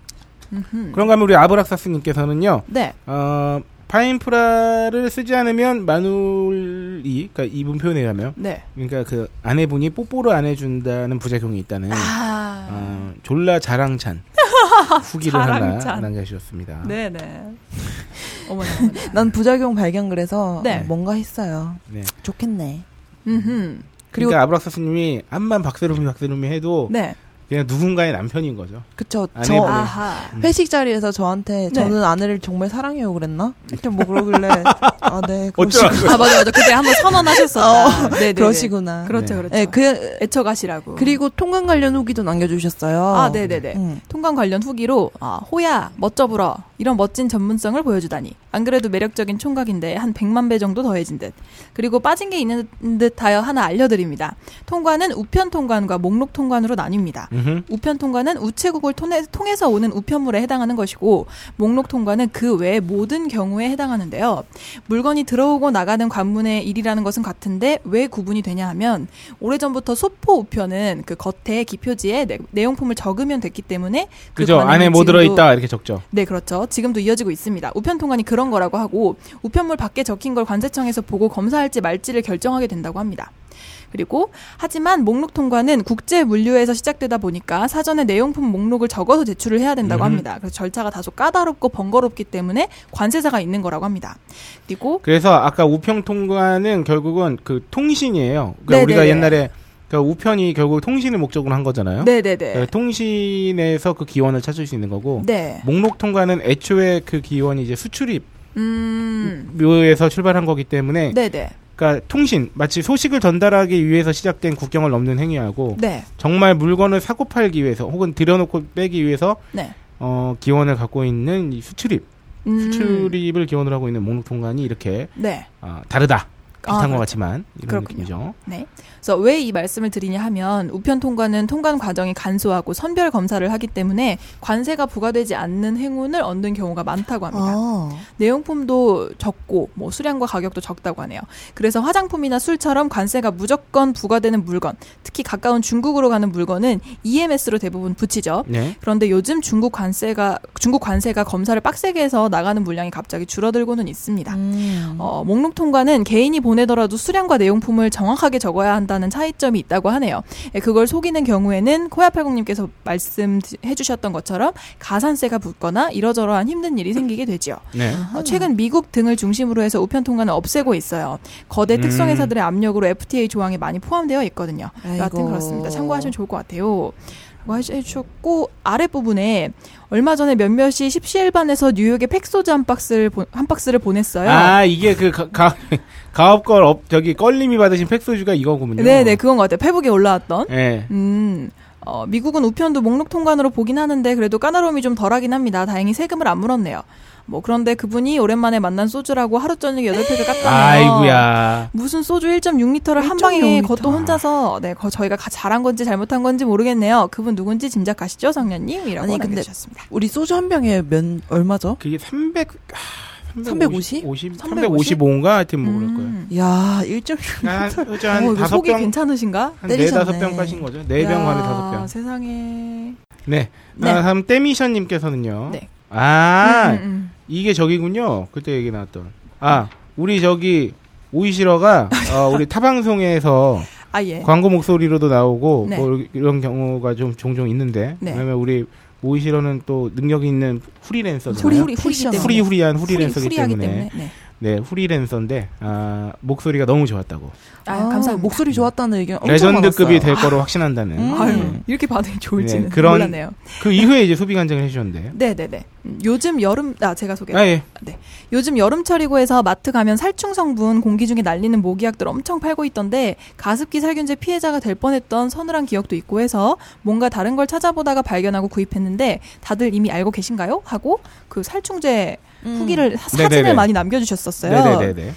Speaker 6: 음흠.
Speaker 4: 그런가 하면 우리 아브락사스님께서는요,
Speaker 6: 네.
Speaker 4: 어, 파인프라를 쓰지 않으면 마눌이 그러니까 이분 표현에 의하면
Speaker 6: 네.
Speaker 4: 그러니까 그 아내분이 뽀뽀를 안 해준다는 부작용이 있다는
Speaker 6: 아.
Speaker 4: 어, 졸라
Speaker 6: (laughs)
Speaker 4: 자랑찬 후기를 하나
Speaker 6: 자랑찬.
Speaker 4: 남겨주셨습니다.
Speaker 6: 네네. 어머나. 어머나.
Speaker 7: 난 부작용 발견 그래서
Speaker 6: 네.
Speaker 7: 어, 뭔가 했어요.
Speaker 4: 네.
Speaker 7: 좋겠네.
Speaker 6: 음흠.
Speaker 7: 그리고-
Speaker 4: 그러니까 아브락사 스님이 암만 박세롬이 박세롬이 해도
Speaker 6: 네.
Speaker 4: 그냥 누군가의 남편인 거죠.
Speaker 7: 그쵸.
Speaker 4: 아내분이.
Speaker 7: 저
Speaker 6: 아하.
Speaker 7: 회식 자리에서
Speaker 6: 네.
Speaker 7: 저한테 저는 아내를 정말 사랑해요 그랬나? 하여튼 뭐 그러길래 아 네.
Speaker 4: 그렇죠.
Speaker 7: 그러시구나.
Speaker 6: 아 맞아 맞아 그때 한번 선언하셨었다. 네, 네, 네.
Speaker 7: 그러시구나.
Speaker 6: 그렇죠
Speaker 4: 네.
Speaker 6: 그렇죠.
Speaker 7: 네, 그
Speaker 6: 애처가시라고.
Speaker 7: 그리고 통관 관련 후기도 남겨주셨어요.
Speaker 6: 아 네네네.
Speaker 7: 음.
Speaker 6: 통관 관련 후기로 아, 호야 멋져불어 이런 멋진 전문성을 보여주다니 안 그래도 매력적인 총각인데 한 100만 배 정도 더해진 듯 그리고 빠진 게 있는 듯하여 하나 알려드립니다 통관은 우편 통관과 목록 통관으로 나뉩니다
Speaker 4: 음흠.
Speaker 6: 우편 통관은 우체국을 통해, 통해서 오는 우편물에 해당하는 것이고 목록 통관은 그 외 모든 경우에 해당하는데요. 물건이 들어오고 나가는 관문의 일이라는 것은 같은데 왜 구분이 되냐 하면 오래전부터 소포 우편은 그 겉에 기표지에 내, 내용품을 적으면 됐기 때문에 그
Speaker 4: 그죠? 안에
Speaker 6: 관행은
Speaker 4: 뭐
Speaker 6: 지금도-
Speaker 4: 들어있다 이렇게 적죠.
Speaker 6: 네, 그렇죠. 지금도 이어지고 있습니다. 우편 통관이 그런 거라고 하고 우편물 밖에 적힌 걸 관세청에서 보고 검사할지 말지를 결정하게 된다고 합니다. 그리고 하지만 목록 통관은 국제 물류에서 시작되다 보니까 사전에 내용품 목록을 적어서 제출을 해야 된다고
Speaker 4: 음.
Speaker 6: 합니다. 그래서 절차가 다소 까다롭고 번거롭기 때문에 관세사가 있는 거라고 합니다. 그리고
Speaker 4: 그래서 아까 우편 통관은 결국은 그 통신이에요. 그러니까
Speaker 6: 네네네.
Speaker 4: 우리가 옛날에 그 우편이 결국 통신을 목적으로 한 거잖아요.
Speaker 6: 네, 네, 네.
Speaker 4: 그러니까 통신에서 그 기원을 찾을 수 있는 거고
Speaker 6: 네.
Speaker 4: 목록 통관은 애초에 그 기원이 이제 수출입
Speaker 6: 음.
Speaker 4: 묘에서 출발한 거기 때문에
Speaker 6: 네, 네.
Speaker 4: 그러니까 통신 마치 소식을 전달하기 위해서 시작된 국경을 넘는 행위하고
Speaker 6: 네.
Speaker 4: 정말 물건을 사고 팔기 위해서 혹은 들여놓고 빼기 위해서
Speaker 6: 네.
Speaker 4: 어, 기원을 갖고 있는 이 수출입
Speaker 6: 음.
Speaker 4: 수출입을 기원으로 하고 있는 목록 통관이 이렇게
Speaker 6: 네.
Speaker 4: 아, 다르다 비슷한
Speaker 6: 아,
Speaker 4: 것
Speaker 6: 그렇죠.
Speaker 4: 같지만 이런
Speaker 6: 그렇군요.
Speaker 4: 느낌이죠.
Speaker 6: 네. 그래서 왜 이 말씀을 드리냐 하면 우편 통관은 통관 과정이 간소하고 선별 검사를 하기 때문에 관세가 부과되지 않는 행운을 얻는 경우가 많다고 합니다.
Speaker 7: 아.
Speaker 6: 내용품도 적고 뭐 수량과 가격도 적다고 하네요. 그래서 화장품이나 술처럼 관세가 무조건 부과되는 물건, 특히 가까운 중국으로 가는 물건은 EMS로 대부분 붙이죠.
Speaker 4: 네.
Speaker 6: 그런데 요즘 중국 관세가 중국 관세가 검사를 빡세게 해서 나가는 물량이 갑자기 줄어들고는 있습니다.
Speaker 7: 음.
Speaker 6: 어, 목록 통과는 개인이 보내더라도 수량과 내용품을 정확하게 적어야 한다는 차이점이 있다고 하네요. 예, 그걸 속이는 경우에는 코야팔공님께서 말씀해 주셨던 것처럼 가산세가 붙거나 이러저러한 힘든 일이 생기게 되지요.
Speaker 4: 네.
Speaker 6: 어, 최근 미국 등을 중심으로 해서 우편 통관을 없애고 있어요. 거대 특성회사들의 압력으로 FTA 조항에 많이 포함되어 있거든요.
Speaker 7: 아이고.
Speaker 6: 여하튼 그렇습니다. 참고하시면 좋을 것 같아요. 라고 해주셨고 아랫부분에 얼마 전에 몇몇이 십시일반에서 뉴욕에 팩소주 한 박스를 보- 한 박스를 보냈어요.
Speaker 4: 아 이게 그 가, (laughs) 가, 가업걸 업 저기 껄림이 받으신 팩소주가 이거군요.
Speaker 6: 네네 그건 것 같아요. 페북에 올라왔던.
Speaker 4: 네.
Speaker 6: 음. 어, 미국은 우편도 목록 통관으로 보긴 하는데 그래도 까다로움이 좀 덜하긴 합니다. 다행히 세금을 안 물었네요. 뭐 그런데 그분이 오랜만에 만난 소주라고 하루 저녁에 여덟 팩을 깠다며.
Speaker 4: 아이구야.
Speaker 6: 무슨 소주 1.6리터를 한 방에 그것도 혼자서 네 거- 저희가 가- 잘한 건지 잘못한 건지 모르겠네요. 그분 누군지 짐작가시죠, 성년님이라고
Speaker 7: 아니, 근데-
Speaker 6: 남겨주셨습니다.
Speaker 7: 우리 소주 한 병에 몇 얼마죠?
Speaker 4: 그게 300 아,
Speaker 7: 350?
Speaker 4: 50,
Speaker 6: 350?
Speaker 4: 355인가 하여튼 뭐 그럴 거예요.
Speaker 6: 음.
Speaker 7: 야, 1.6.
Speaker 6: (laughs)
Speaker 4: 한 소주 한
Speaker 6: 어, 이거
Speaker 4: 다섯
Speaker 6: 속이
Speaker 4: 병,
Speaker 6: 괜찮으신가?
Speaker 4: 한네
Speaker 7: 때리셨네.
Speaker 4: 다섯 병 까신 거죠. 네 병 안에
Speaker 6: 야,
Speaker 4: 다섯 병.
Speaker 6: 세상에.
Speaker 4: 네.
Speaker 6: 네.
Speaker 4: 아, 다음 떼미션님께서는요.
Speaker 6: 네.
Speaker 4: 아
Speaker 6: 음, 음,
Speaker 4: 이게 저기군요. 그때 얘기 나왔던. 아 우리 저기 오이시러가 어, 우리 타방송에서
Speaker 6: 음. 아 예.
Speaker 4: 광고 목소리로도 나오고
Speaker 6: 네.
Speaker 4: 뭐 이런 경우가 좀 종종 있는데
Speaker 6: 네.
Speaker 4: 왜냐면 우리 오이시러는 또 능력이 있는
Speaker 6: 후리
Speaker 4: 후리랜서잖아요.
Speaker 6: 후리 후리 때문에.
Speaker 4: 후리후리한
Speaker 6: 후리,
Speaker 4: 후리랜서기
Speaker 6: 후리하기
Speaker 4: 때문에.
Speaker 6: 때문에. 네.
Speaker 4: 네 후리랜서인데 아, 목소리가 너무 좋았다고
Speaker 6: 아, 감사합니다.
Speaker 7: 목소리 좋았다는 의견 엄청
Speaker 4: 레전드급이
Speaker 7: 많았어요.
Speaker 4: 될 거로 확신한다는
Speaker 7: 음.
Speaker 6: 아유, 이렇게 반응이 (laughs) 좋을지는
Speaker 4: 네, 그런-
Speaker 6: 몰랐네요.
Speaker 4: 그 이후에 이제 소비 간증을 해주셨는데
Speaker 6: 네네네. 음, 요즘 여름, 아, 제가 소개.
Speaker 4: 아, 예.
Speaker 6: 요즘 여름철이고 해서 마트 가면 살충 성분 공기 중에 날리는 모기약들 엄청 팔고 있던데 가습기 살균제 피해자가 될 뻔했던 서늘한 기억도 있고 해서 뭔가 다른 걸 찾아보다가 발견하고 구입했는데 다들 이미 알고 계신가요? 하고 그 살충제
Speaker 7: 음.
Speaker 6: 후기를 사-
Speaker 4: 네네네.
Speaker 6: 사진을 많이 남겨주셨었어요.
Speaker 4: 네네네네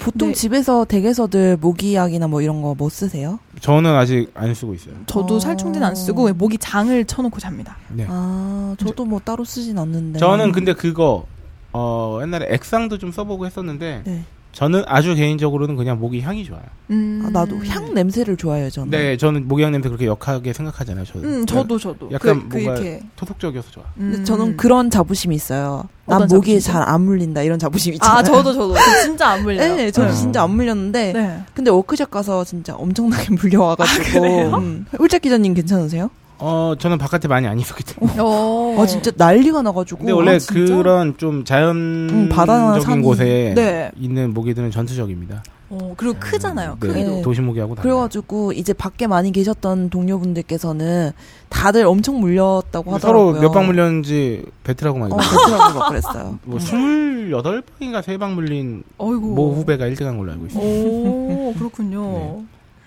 Speaker 7: 보통
Speaker 6: 네.
Speaker 7: 집에서 댁에서들 모기약이나 뭐 이런 거 뭐 쓰세요?
Speaker 4: 저는 아직 안 쓰고 있어요
Speaker 6: 저도
Speaker 7: 어.
Speaker 6: 살충제는 안 쓰고 모기 장을 쳐놓고 잡니다.
Speaker 4: 네.
Speaker 7: 아, 저도 뭐 따로 쓰진 않는데.
Speaker 4: 저는 근데 그거 어 옛날에 액상도 좀 써보고 했었는데
Speaker 7: 네.
Speaker 4: 저는 아주 개인적으로는 그냥 모기 향이 좋아요.
Speaker 6: 음.
Speaker 7: 아, 나도 향 냄새를 좋아해요 저는.
Speaker 4: 네, 저는 모기 향 냄새 그렇게 역하게 생각하잖아요. 저는. 네.
Speaker 6: 음, 저도 저도.
Speaker 4: 약간
Speaker 6: 그, 그
Speaker 4: 뭔가-
Speaker 6: 이렇게.
Speaker 4: 토속적이어서 좋아.
Speaker 7: 근데
Speaker 6: 음.
Speaker 7: 저는 그런 자부심이 있어요. 난
Speaker 6: 어떤
Speaker 7: 모기에
Speaker 6: 자부심이요?
Speaker 7: 잘 안 물린다 이런 자부심 있잖아요.
Speaker 6: 아 저도 저도. 저 진짜 (laughs) 안
Speaker 7: (laughs)
Speaker 6: 물려요.
Speaker 7: 네, 저도
Speaker 4: 어.
Speaker 7: 진짜 안 물렸는데
Speaker 6: 네.
Speaker 7: 근데 워크숍 가서 진짜 엄청나게 (laughs)
Speaker 6: 아,
Speaker 7: 물려와가지고. 음. 홀짝 기자님 괜찮으세요?
Speaker 4: 어, 저는 바깥에 많이 안 있었기 때문에.
Speaker 6: 어.
Speaker 7: 아 진짜 난리가 나가지고.
Speaker 4: 근데 원래
Speaker 7: 아, 진짜?
Speaker 4: 그런 좀
Speaker 7: 음, 바다나
Speaker 4: 자연적인
Speaker 7: 산이.
Speaker 4: 곳에
Speaker 6: 네.
Speaker 4: 있는 모기들은 전투적입니다.
Speaker 6: 어, 그리고 크잖아요.
Speaker 4: 네,
Speaker 6: 크기도.
Speaker 4: 도시 모기하고 달라요.
Speaker 7: 그래가지고 이제 밖에 많이 계셨던 동료분들께서는 다들 엄청 물렸다고 하더라고요.
Speaker 4: 서로 몇 방 물렸는지 배틀하고 막
Speaker 7: 어,
Speaker 4: 이러고.
Speaker 7: 그렇더라고 막 그랬어요.
Speaker 4: 뭐 28방인가 3방 물린
Speaker 6: 어이구.
Speaker 4: 모 후배가 1등한 걸로 알고 있어요.
Speaker 6: 오, 그렇군요.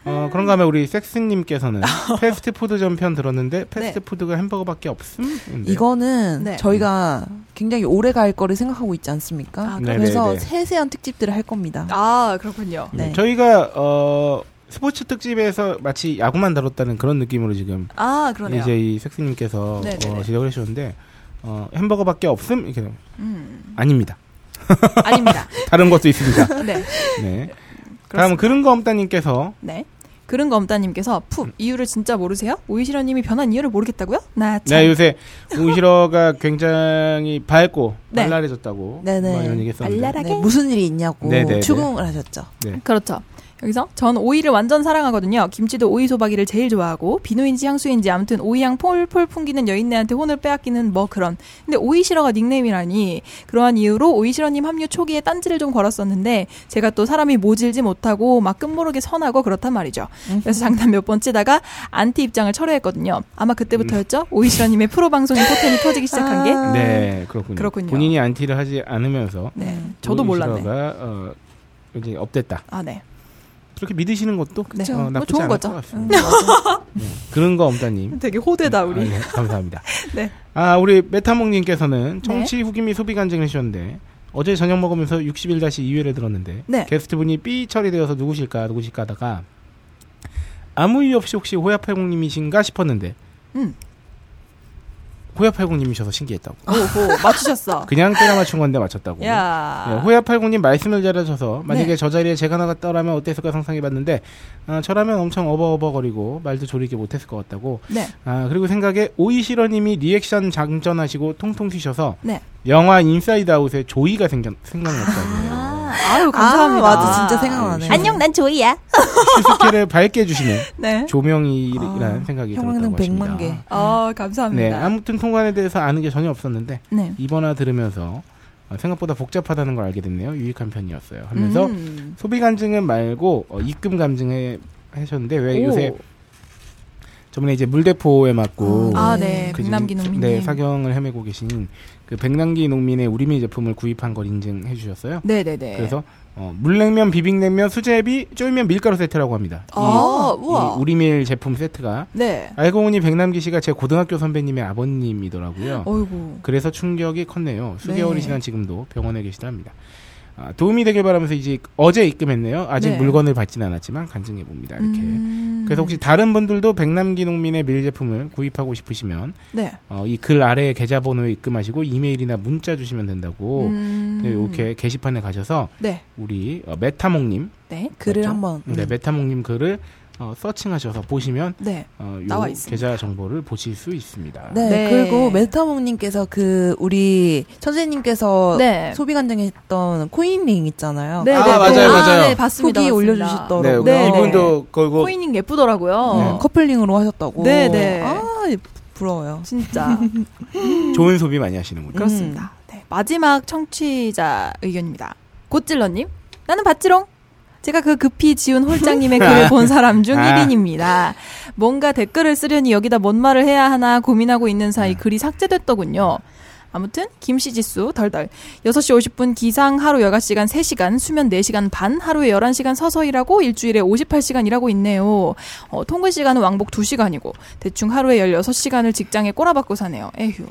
Speaker 4: 어, 그런가 하면 우리
Speaker 6: (laughs)
Speaker 4: 섹스님께서는 패스트푸드 전편 들었는데 패스트푸드가 햄버거밖에 없음? 근데
Speaker 7: 이거는
Speaker 6: 네.
Speaker 7: 저희가 굉장히 오래 갈 거를 생각하고 있지 않습니까?
Speaker 6: 아,
Speaker 4: 네네네.
Speaker 7: 그래서 세세한 특집들을 할 겁니다.
Speaker 6: 아, 그렇군요.
Speaker 7: 네.
Speaker 4: 네. 저희가 어, 스포츠 특집에서 마치 야구만 다뤘다는 그런 느낌으로 지금
Speaker 6: 아, 그러네요.
Speaker 4: 이제 이 섹스님께서
Speaker 6: 네네네.
Speaker 4: 어, 지적을 해주셨는데 어, 햄버거밖에 없음? 이렇게 되면
Speaker 6: 음.
Speaker 4: 아닙니다.
Speaker 6: 아닙니다.
Speaker 4: 다른 것도 있습니다.
Speaker 6: (laughs) 네.
Speaker 4: 네. 다음
Speaker 6: 그렇습니다.
Speaker 4: 그런 거 없다님께서
Speaker 6: 네. 그런 거 엄따님께서 푹 이유를 진짜 모르세요? 오이시라님이 변한 이유를 모르겠다고요? 나 참.
Speaker 4: 네, 요새 우시러가 굉장히 밝고
Speaker 6: 네.
Speaker 4: 발랄해졌다고
Speaker 7: 네네.
Speaker 4: 막 이런 얘기했었는데
Speaker 6: 발랄하게.
Speaker 7: 네, 무슨 일이 있냐고
Speaker 4: 네네네.
Speaker 7: 추궁을 하셨죠.
Speaker 6: 그렇죠. 여기서 전 오이를 완전 사랑하거든요. 김치도 오이 소박이를 제일 좋아하고 비누인지 향수인지 아무튼 오이향 폴폴 풍기는 여인네한테 혼을 빼앗기는 뭐 그런. 근데 오이시러가 닉네임이라니 그러한 이유로 오이시러님 합류 초기에 딴지를 좀 걸었었는데 제가 또 사람이 모질지 못하고 막 끝모르게 선하고 그렇단 말이죠.
Speaker 4: 음.
Speaker 6: 그래서 장난 몇 번 치다가 안티 입장을 철회했거든요. 아마
Speaker 4: 음.
Speaker 6: 그때부터였죠. 오이시러님의 프로 방송인 포텐이 터지기 시작한 게.
Speaker 7: 아,
Speaker 4: 네, 그렇군요.
Speaker 6: 그렇군요.
Speaker 4: 본인이 안티를 하지 않으면서
Speaker 6: 네, 저도 몰랐네.
Speaker 4: 우시러가 어, 이제 업됐다.
Speaker 6: 아 네.
Speaker 4: 그렇게 믿으시는 것도
Speaker 6: 그쵸.
Speaker 4: 어,
Speaker 6: 뭐
Speaker 4: 나쁘지
Speaker 6: 좋은
Speaker 4: 않을
Speaker 6: 거죠.
Speaker 4: 것 같습니다. 네. 그런 거 없다님.
Speaker 6: (laughs) 되게 호되다 우리.
Speaker 4: 아, 네,
Speaker 6: (laughs)
Speaker 4: 감사합니다.
Speaker 6: 네.
Speaker 4: 아 우리 메타몽님께서는 청취 후기 및 소비 간증을 해주셨는데 어제 저녁 먹으면서 61-2회를 들었는데
Speaker 6: 네.
Speaker 4: 게스트분이 삐 처리되어서 누구실까 누구실까 하다가 아무 이유 없이 혹시 호야팔공님이신가 싶었는데
Speaker 6: 음.
Speaker 4: 호야팔공님이셔서 신기했다고.
Speaker 6: 오호 맞추셨어.
Speaker 4: 그냥 때려 맞춘 건데 맞췄다고.
Speaker 6: 야.
Speaker 4: 네, 호야팔공님 말씀을 잘하셔서 만약에
Speaker 6: 네.
Speaker 4: 저 자리에 제가 나갔다라면 어땠을까 상상해봤는데 아, 저라면 엄청 어버어버거리고 말도 조리게 못했을 것 같다고
Speaker 6: 네.
Speaker 4: 아 그리고 생각에 오이시러님이 리액션 장전하시고 통통 튀셔서
Speaker 6: 네.
Speaker 4: 영화 인사이드 아웃에 조이가 생겨 생각났다고요.
Speaker 6: 아유 감사합니다.
Speaker 7: 아, 맞아 진짜 생각나네.
Speaker 4: 네. 안녕,
Speaker 3: 난 조이야.
Speaker 4: 슈스케를 밝게
Speaker 6: (laughs)
Speaker 4: 해주시는
Speaker 6: 네.
Speaker 4: 조명이라는
Speaker 7: 아,
Speaker 4: 생각이
Speaker 7: 형광등
Speaker 4: 들었다고 하십니다.
Speaker 7: 100만 개.
Speaker 6: 아
Speaker 4: 네,
Speaker 6: 감사합니다.
Speaker 4: 아무튼 통관에 대해서 아는 게 전혀 없었는데
Speaker 6: 네.
Speaker 4: 이번화 들으면서 아, 생각보다 복잡하다는 걸 알게 됐네요. 유익한 편이었어요. 하면서
Speaker 6: 음.
Speaker 4: 소비 간증은 말고 어, 입금 간증해 하셨는데 왜
Speaker 6: 오.
Speaker 4: 네, 요새 저번에 이제 물대포에 맞고
Speaker 6: 아, 네.
Speaker 4: 그
Speaker 6: 백남기
Speaker 4: 지금
Speaker 6: 농민님.
Speaker 4: 네, 사경을 헤매고 계신 그 백남기 농민의 우리미 제품을 구입한 걸 인증해 주셨어요.
Speaker 6: 네, 네, 네.
Speaker 4: 그래서 어, 물냉면, 비빔냉면, 수제비, 쫄면, 밀가루 세트라고 합니다. 이-
Speaker 6: 아,
Speaker 4: 이
Speaker 6: 우와.
Speaker 4: 우리밀 제품 세트가
Speaker 6: 네.
Speaker 4: 알고 보니 백남기 씨가 제 고등학교 선배님의 아버님이더라고요.
Speaker 6: 어이구.
Speaker 4: 그래서 충격이 컸네요. 수개월이
Speaker 6: 네.
Speaker 4: 지난 지금도 병원에 계시답니다. 아, 도움이 되길 바라면서 이제 어제 입금했네요. 아직
Speaker 6: 네.
Speaker 4: 물건을 받지는 않았지만 간증해 봅니다. 이렇게.
Speaker 6: 음.
Speaker 4: 그래서 혹시 다른 분들도 백남기 농민의 밀 제품을 구입하고 싶으시면 어,
Speaker 6: 네.
Speaker 4: 이 글 아래에 계좌번호에 입금하시고 이메일이나 문자 주시면 된다고
Speaker 6: 음.
Speaker 4: 네, 이렇게 게시판에 가셔서
Speaker 6: 네.
Speaker 4: 우리 어, 메타몽님
Speaker 6: 네.
Speaker 7: 글을
Speaker 4: 맞죠?
Speaker 7: 한번
Speaker 4: 네, 메타몽님 글을 어, 서칭하셔서 보시면
Speaker 6: 네.
Speaker 4: 어, 요
Speaker 6: 나와 있습니다.
Speaker 4: 계좌 정보를 보실 수 있습니다.
Speaker 7: 네,
Speaker 6: 네.
Speaker 7: 그리고 메타몽님께서 그 우리 천재님께서
Speaker 6: 네.
Speaker 7: 소비 간증했던 코인링 있잖아요.
Speaker 6: 네,
Speaker 4: 아,
Speaker 6: 네,
Speaker 4: 맞아요,
Speaker 6: 네.
Speaker 4: 맞아요.
Speaker 6: 아, 네, 봤습니다.
Speaker 7: 후기
Speaker 6: 봤습니다.
Speaker 7: 올려주셨더라고요.
Speaker 6: 네,
Speaker 4: 이분도 걸고
Speaker 6: 코이닝 예쁘더라고요.
Speaker 4: 네.
Speaker 7: 아, 커플링으로 하셨다고.
Speaker 6: 네, 네.
Speaker 7: 아 부러워요.
Speaker 6: 진짜.
Speaker 4: 좋은 소비 많이 하시는군요.
Speaker 6: 그렇습니다. 네, 마지막 청취자 의견입니다. 곧질러님, 나는 봤지롱. 제가 그 급히 지운 (laughs) 홀장님의 글을 본 사람 중
Speaker 4: 아.
Speaker 6: 1인입니다. 뭔가 댓글을 쓰려니 여기다 뭔 말을 해야 하나 고민하고 있는 사이 글이 삭제됐더군요. 아무튼 김씨지수 덜덜 6시 50분 기상 하루 여가 시간 3시간 수면 4시간 반 하루에 11시간 서서 일하고 일주일에 58시간 일하고 있네요. 어, 통근 시간은 왕복 2시간이고 대충 하루에 16시간을 직장에 꼬라박고 사네요. 에휴.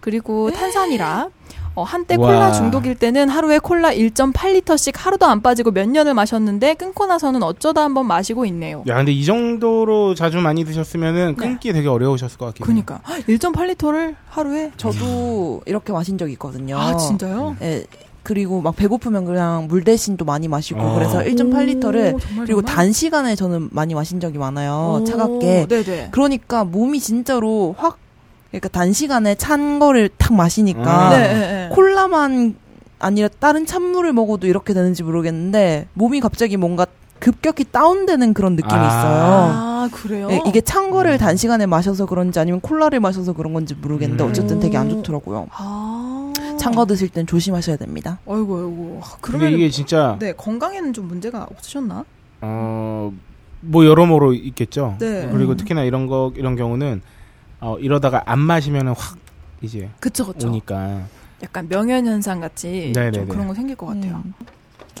Speaker 6: 그리고
Speaker 7: 네.
Speaker 6: 탄산이라 어, 한때
Speaker 4: 와.
Speaker 6: 콜라 중독일 때는 하루에 콜라 1.8리터씩 하루도 안 빠지고 몇 년을 마셨는데 끊고 나서는 어쩌다 한번 마시고 있네요.
Speaker 4: 야, 근데 이 정도로 자주 많이 드셨으면은 끊기 되게 어려우셨을 것 같긴 해요.
Speaker 6: 네. 그러니까 1.8리터를 하루에
Speaker 7: 저도 이렇게 마신 적이 있거든요.
Speaker 6: 아 진짜요?
Speaker 7: 예, 그리고 막 배고프면 그냥 물 대신 또 많이 마시고
Speaker 4: 아.
Speaker 7: 그래서 1.8리터를
Speaker 6: 오, 정말,
Speaker 7: 그리고
Speaker 6: 정말?
Speaker 7: 단시간에 저는 많이 마신 적이 많아요.
Speaker 6: 오,
Speaker 7: 차갑게.
Speaker 6: 네네.
Speaker 7: 그러니까 몸이 진짜로 확 그러니까 단시간에 찬 거를 탁 마시니까
Speaker 4: 아.
Speaker 6: 네, 네, 네.
Speaker 7: 콜라만 아니라 다른 찬물을 먹어도 이렇게 되는지 모르겠는데 몸이 갑자기 뭔가 급격히 다운되는 그런 느낌이
Speaker 4: 아.
Speaker 7: 있어요.
Speaker 6: 아 그래요?
Speaker 7: 예, 이게 찬 거를 단시간에 마셔서 그런지 아니면 콜라를 마셔서 그런 건지 모르겠는데
Speaker 4: 음.
Speaker 7: 어쨌든 되게 안 좋더라고요.
Speaker 6: 아
Speaker 7: 찬 거 드실 땐 조심하셔야 됩니다.
Speaker 6: 아이고 아이고. 아,
Speaker 4: 근데
Speaker 6: 그러면
Speaker 4: 이게 진짜
Speaker 6: 네 건강에는 좀 문제가 없으셨나?
Speaker 4: 어, 어뭐 여러모로 있겠죠.
Speaker 6: 네.
Speaker 4: 그리고 특히나 이런 거 이런 경우는 어, 이러다가 안 마시면 확 이제
Speaker 6: 그쵸 그쵸.
Speaker 4: 오니까.
Speaker 6: 약간 명현 현상 같이
Speaker 4: 네, 네,
Speaker 6: 좀
Speaker 4: 네.
Speaker 6: 그런 거 생길 것 같아요.
Speaker 7: 음.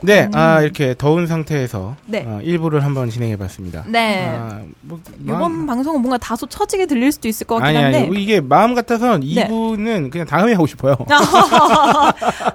Speaker 4: 네, 아 이렇게 더운 상태에서
Speaker 6: 네.
Speaker 4: 어, 일부를 한번 진행해봤습니다.
Speaker 6: 네.
Speaker 4: 아, 뭐,
Speaker 6: 이번 방송은 뭔가 다소 처지게 들릴 수도 있을 것 같긴
Speaker 4: 아니
Speaker 6: 한데.
Speaker 4: 아니 이게 마음 같아서
Speaker 6: 네.
Speaker 4: 이분은 그냥 다음에 하고 싶어요.
Speaker 6: (laughs)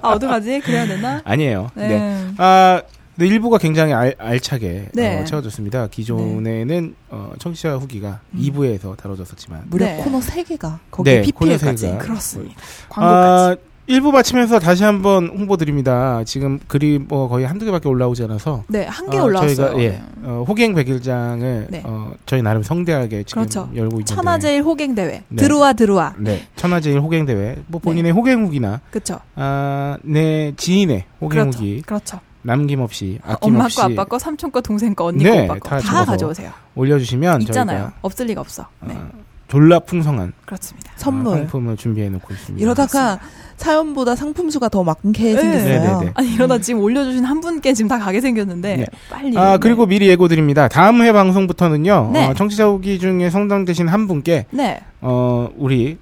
Speaker 6: 아 어떡하지? 그래야 되나?
Speaker 4: (laughs) 아니에요.
Speaker 6: 네.
Speaker 4: 네. 아 근데 일부가 굉장히 알, 알차게
Speaker 6: 네.
Speaker 4: 어, 채워졌습니다. 기존에는 어, 청취자 후기가
Speaker 6: 음.
Speaker 4: 2부에서 다뤄졌었지만
Speaker 7: 무려
Speaker 6: 네.
Speaker 7: 코너 3개가 거기에
Speaker 4: 네, 코너 세
Speaker 7: PPL까지
Speaker 4: 개가.
Speaker 6: 그렇습니다.
Speaker 4: 아,
Speaker 6: 광고까지.
Speaker 4: 1부 마치면서 다시 한번 홍보드립니다. 지금 글이 뭐 거의 한두 개밖에 올라오지 않아서
Speaker 6: 네, 한 개
Speaker 4: 어,
Speaker 6: 올라왔어요.
Speaker 4: 저희가 예, 어, 호갱 백일장을
Speaker 6: 네.
Speaker 4: 어, 저희 나름 성대하게 지금
Speaker 6: 그렇죠.
Speaker 4: 열고 있는데
Speaker 6: 천하제일 호갱 대회.
Speaker 4: 네.
Speaker 6: 들어와 들어와.
Speaker 4: 네, 천하제일 호갱 대회. 뭐
Speaker 6: 네.
Speaker 4: 본인의 호갱 후기나
Speaker 6: 그렇죠.
Speaker 4: 아, 내 지인의 호갱
Speaker 6: 그렇죠.
Speaker 4: 후기
Speaker 6: 그렇죠.
Speaker 4: 남김없이
Speaker 6: 엄마
Speaker 4: 아낌없이
Speaker 6: 거, 아빠 거, 삼촌 거, 동생 거, 언니
Speaker 4: 네,
Speaker 6: 거, 오빠 거
Speaker 4: 다
Speaker 6: 다
Speaker 4: 적어서.
Speaker 6: 가져오세요.
Speaker 4: 올려주시면
Speaker 6: 있잖아요.
Speaker 4: 저희가
Speaker 6: 없을 리가 없어. 네,
Speaker 4: 어, 졸라 풍성한
Speaker 6: 그렇습니다.
Speaker 7: 선물.
Speaker 4: 아, 상품을 준비해 놓고 있습니다.
Speaker 7: 이러다가 사연보다 상품수가 더 많게 생겼어요.
Speaker 4: 네네네.
Speaker 6: 아니 이러다 지금 올려주신 한 분께 지금 다 가게 생겼는데
Speaker 4: 네.
Speaker 6: 빨리.
Speaker 4: 아 그리고 미리 예고 드립니다. 다음 회 방송부터는요.
Speaker 6: 네.
Speaker 4: 어, 청취자 후기 중에 성당되신 한 분께
Speaker 6: 네,
Speaker 4: 어 우리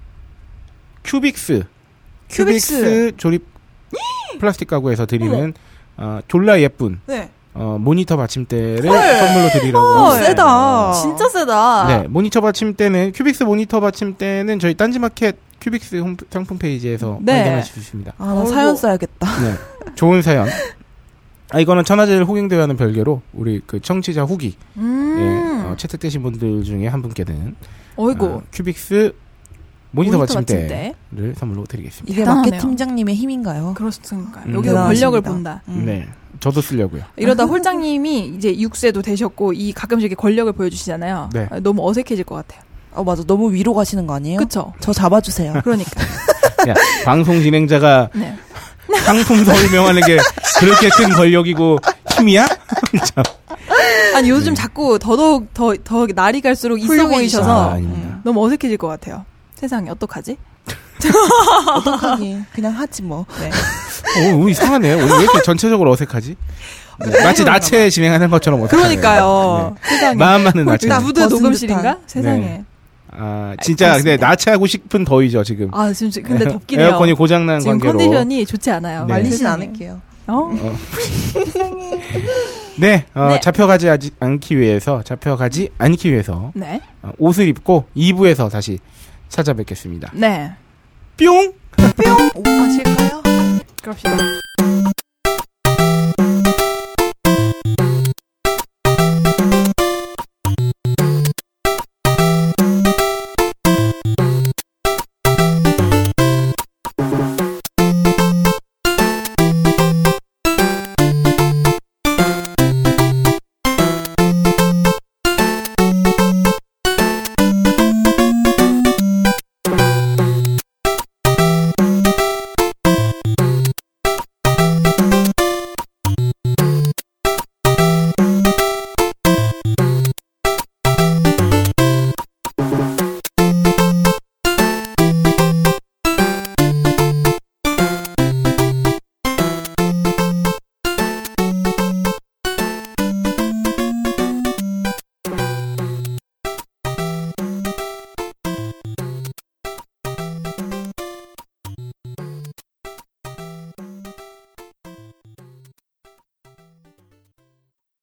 Speaker 4: 큐빅스
Speaker 6: 큐빅스.
Speaker 4: 조립 플라스틱 가구에서 드리는 어, 졸라 예쁜
Speaker 6: 네.
Speaker 4: 어, 모니터 받침대를 선물로 드리려고
Speaker 6: 어,
Speaker 4: 합니다.
Speaker 7: 세다.
Speaker 6: 진짜 세다.
Speaker 4: 네, 모니터 받침대는 큐빅스 모니터 받침대는 저희 딴지마켓 큐빅스 홈, 상품 페이지에서
Speaker 6: 네.
Speaker 4: 발견하실 수 있습니다.
Speaker 7: 아, 나 사연 써야겠다.
Speaker 4: 네, 좋은 사연. 아 이거는 천하제일 호갱대회와는 별개로 우리 그 청취자 후기
Speaker 6: 음.
Speaker 4: 예, 어, 채택되신 분들 중에 한 분께는
Speaker 6: 어이구.
Speaker 4: 어, 큐빅스 모니터,
Speaker 6: 모니터
Speaker 4: 받침대를 선물로 드리겠습니다.
Speaker 7: 이게
Speaker 6: 대단하네요.
Speaker 7: 마켓 팀장님의 힘인가요?
Speaker 6: 어, 그렇습니까?
Speaker 4: 음.
Speaker 6: 여기 권력을
Speaker 7: 대단하십니다.
Speaker 6: 본다.
Speaker 7: 음.
Speaker 4: 네, 저도 쓰려고요.
Speaker 6: 이러다 홀장님이 이제 육세도 되셨고 이 가끔씩 이렇게 권력을 보여주시잖아요.
Speaker 4: 네.
Speaker 6: 아, 너무 어색해질 것 같아요.
Speaker 7: 어, 맞아. 너무 위로 가시는 거 아니에요?
Speaker 6: 그쵸?
Speaker 7: 저 잡아주세요.
Speaker 6: (laughs) 그러니까.
Speaker 4: 야, 방송 진행자가 (laughs)
Speaker 6: 네.
Speaker 4: 상품 설명하는 게 그렇게 큰 권력이고 힘이야? 참.
Speaker 6: 아니
Speaker 4: 네.
Speaker 6: 요즘 자꾸 더더욱 더, 더 날이 갈수록 있어
Speaker 7: 훌륭해지죠.
Speaker 6: 보이셔서
Speaker 4: 아, 아닙니다.
Speaker 6: 너무 어색해질 것 같아요. 세상에 어떡하지?
Speaker 7: 어떡하긴. 음. 그냥 하지 뭐.
Speaker 6: 네.
Speaker 4: 어, 오늘 이상하네. 오늘 왜 이렇게 전체적으로 어색하지? 네, 마치 나체 진행하는 것처럼 어색하네요.
Speaker 6: 그러니까. 그러니까요.
Speaker 4: 네.
Speaker 6: 세상에.
Speaker 4: 마음만은 나체.
Speaker 6: 나 무드
Speaker 7: 벗은
Speaker 6: 녹음실인가?
Speaker 7: 듯한.
Speaker 6: 세상에.
Speaker 4: 네. 아, 진짜
Speaker 6: 그렇습니다.
Speaker 4: 근데 나체하고 싶은 더위죠 지금.
Speaker 6: 아 지금 지- 근데 덥긴 해요.
Speaker 4: 네. 에어컨이 고장난
Speaker 6: 지금
Speaker 4: 관계로.
Speaker 6: 컨디션이 좋지 않아요.
Speaker 4: 네.
Speaker 7: 말리진
Speaker 6: 세상에.
Speaker 7: 않을게요.
Speaker 6: 어?
Speaker 4: 네, 어,
Speaker 6: 네.
Speaker 4: 잡혀가지 아지- 않기 위해서 잡혀가지 않기 위해서
Speaker 6: 네.
Speaker 4: 어, 옷을 입고 2부에서 다시 찾아뵙겠습니다.
Speaker 6: 네.
Speaker 4: 뿅.
Speaker 7: 오빠 실까요?
Speaker 6: 그럽시다.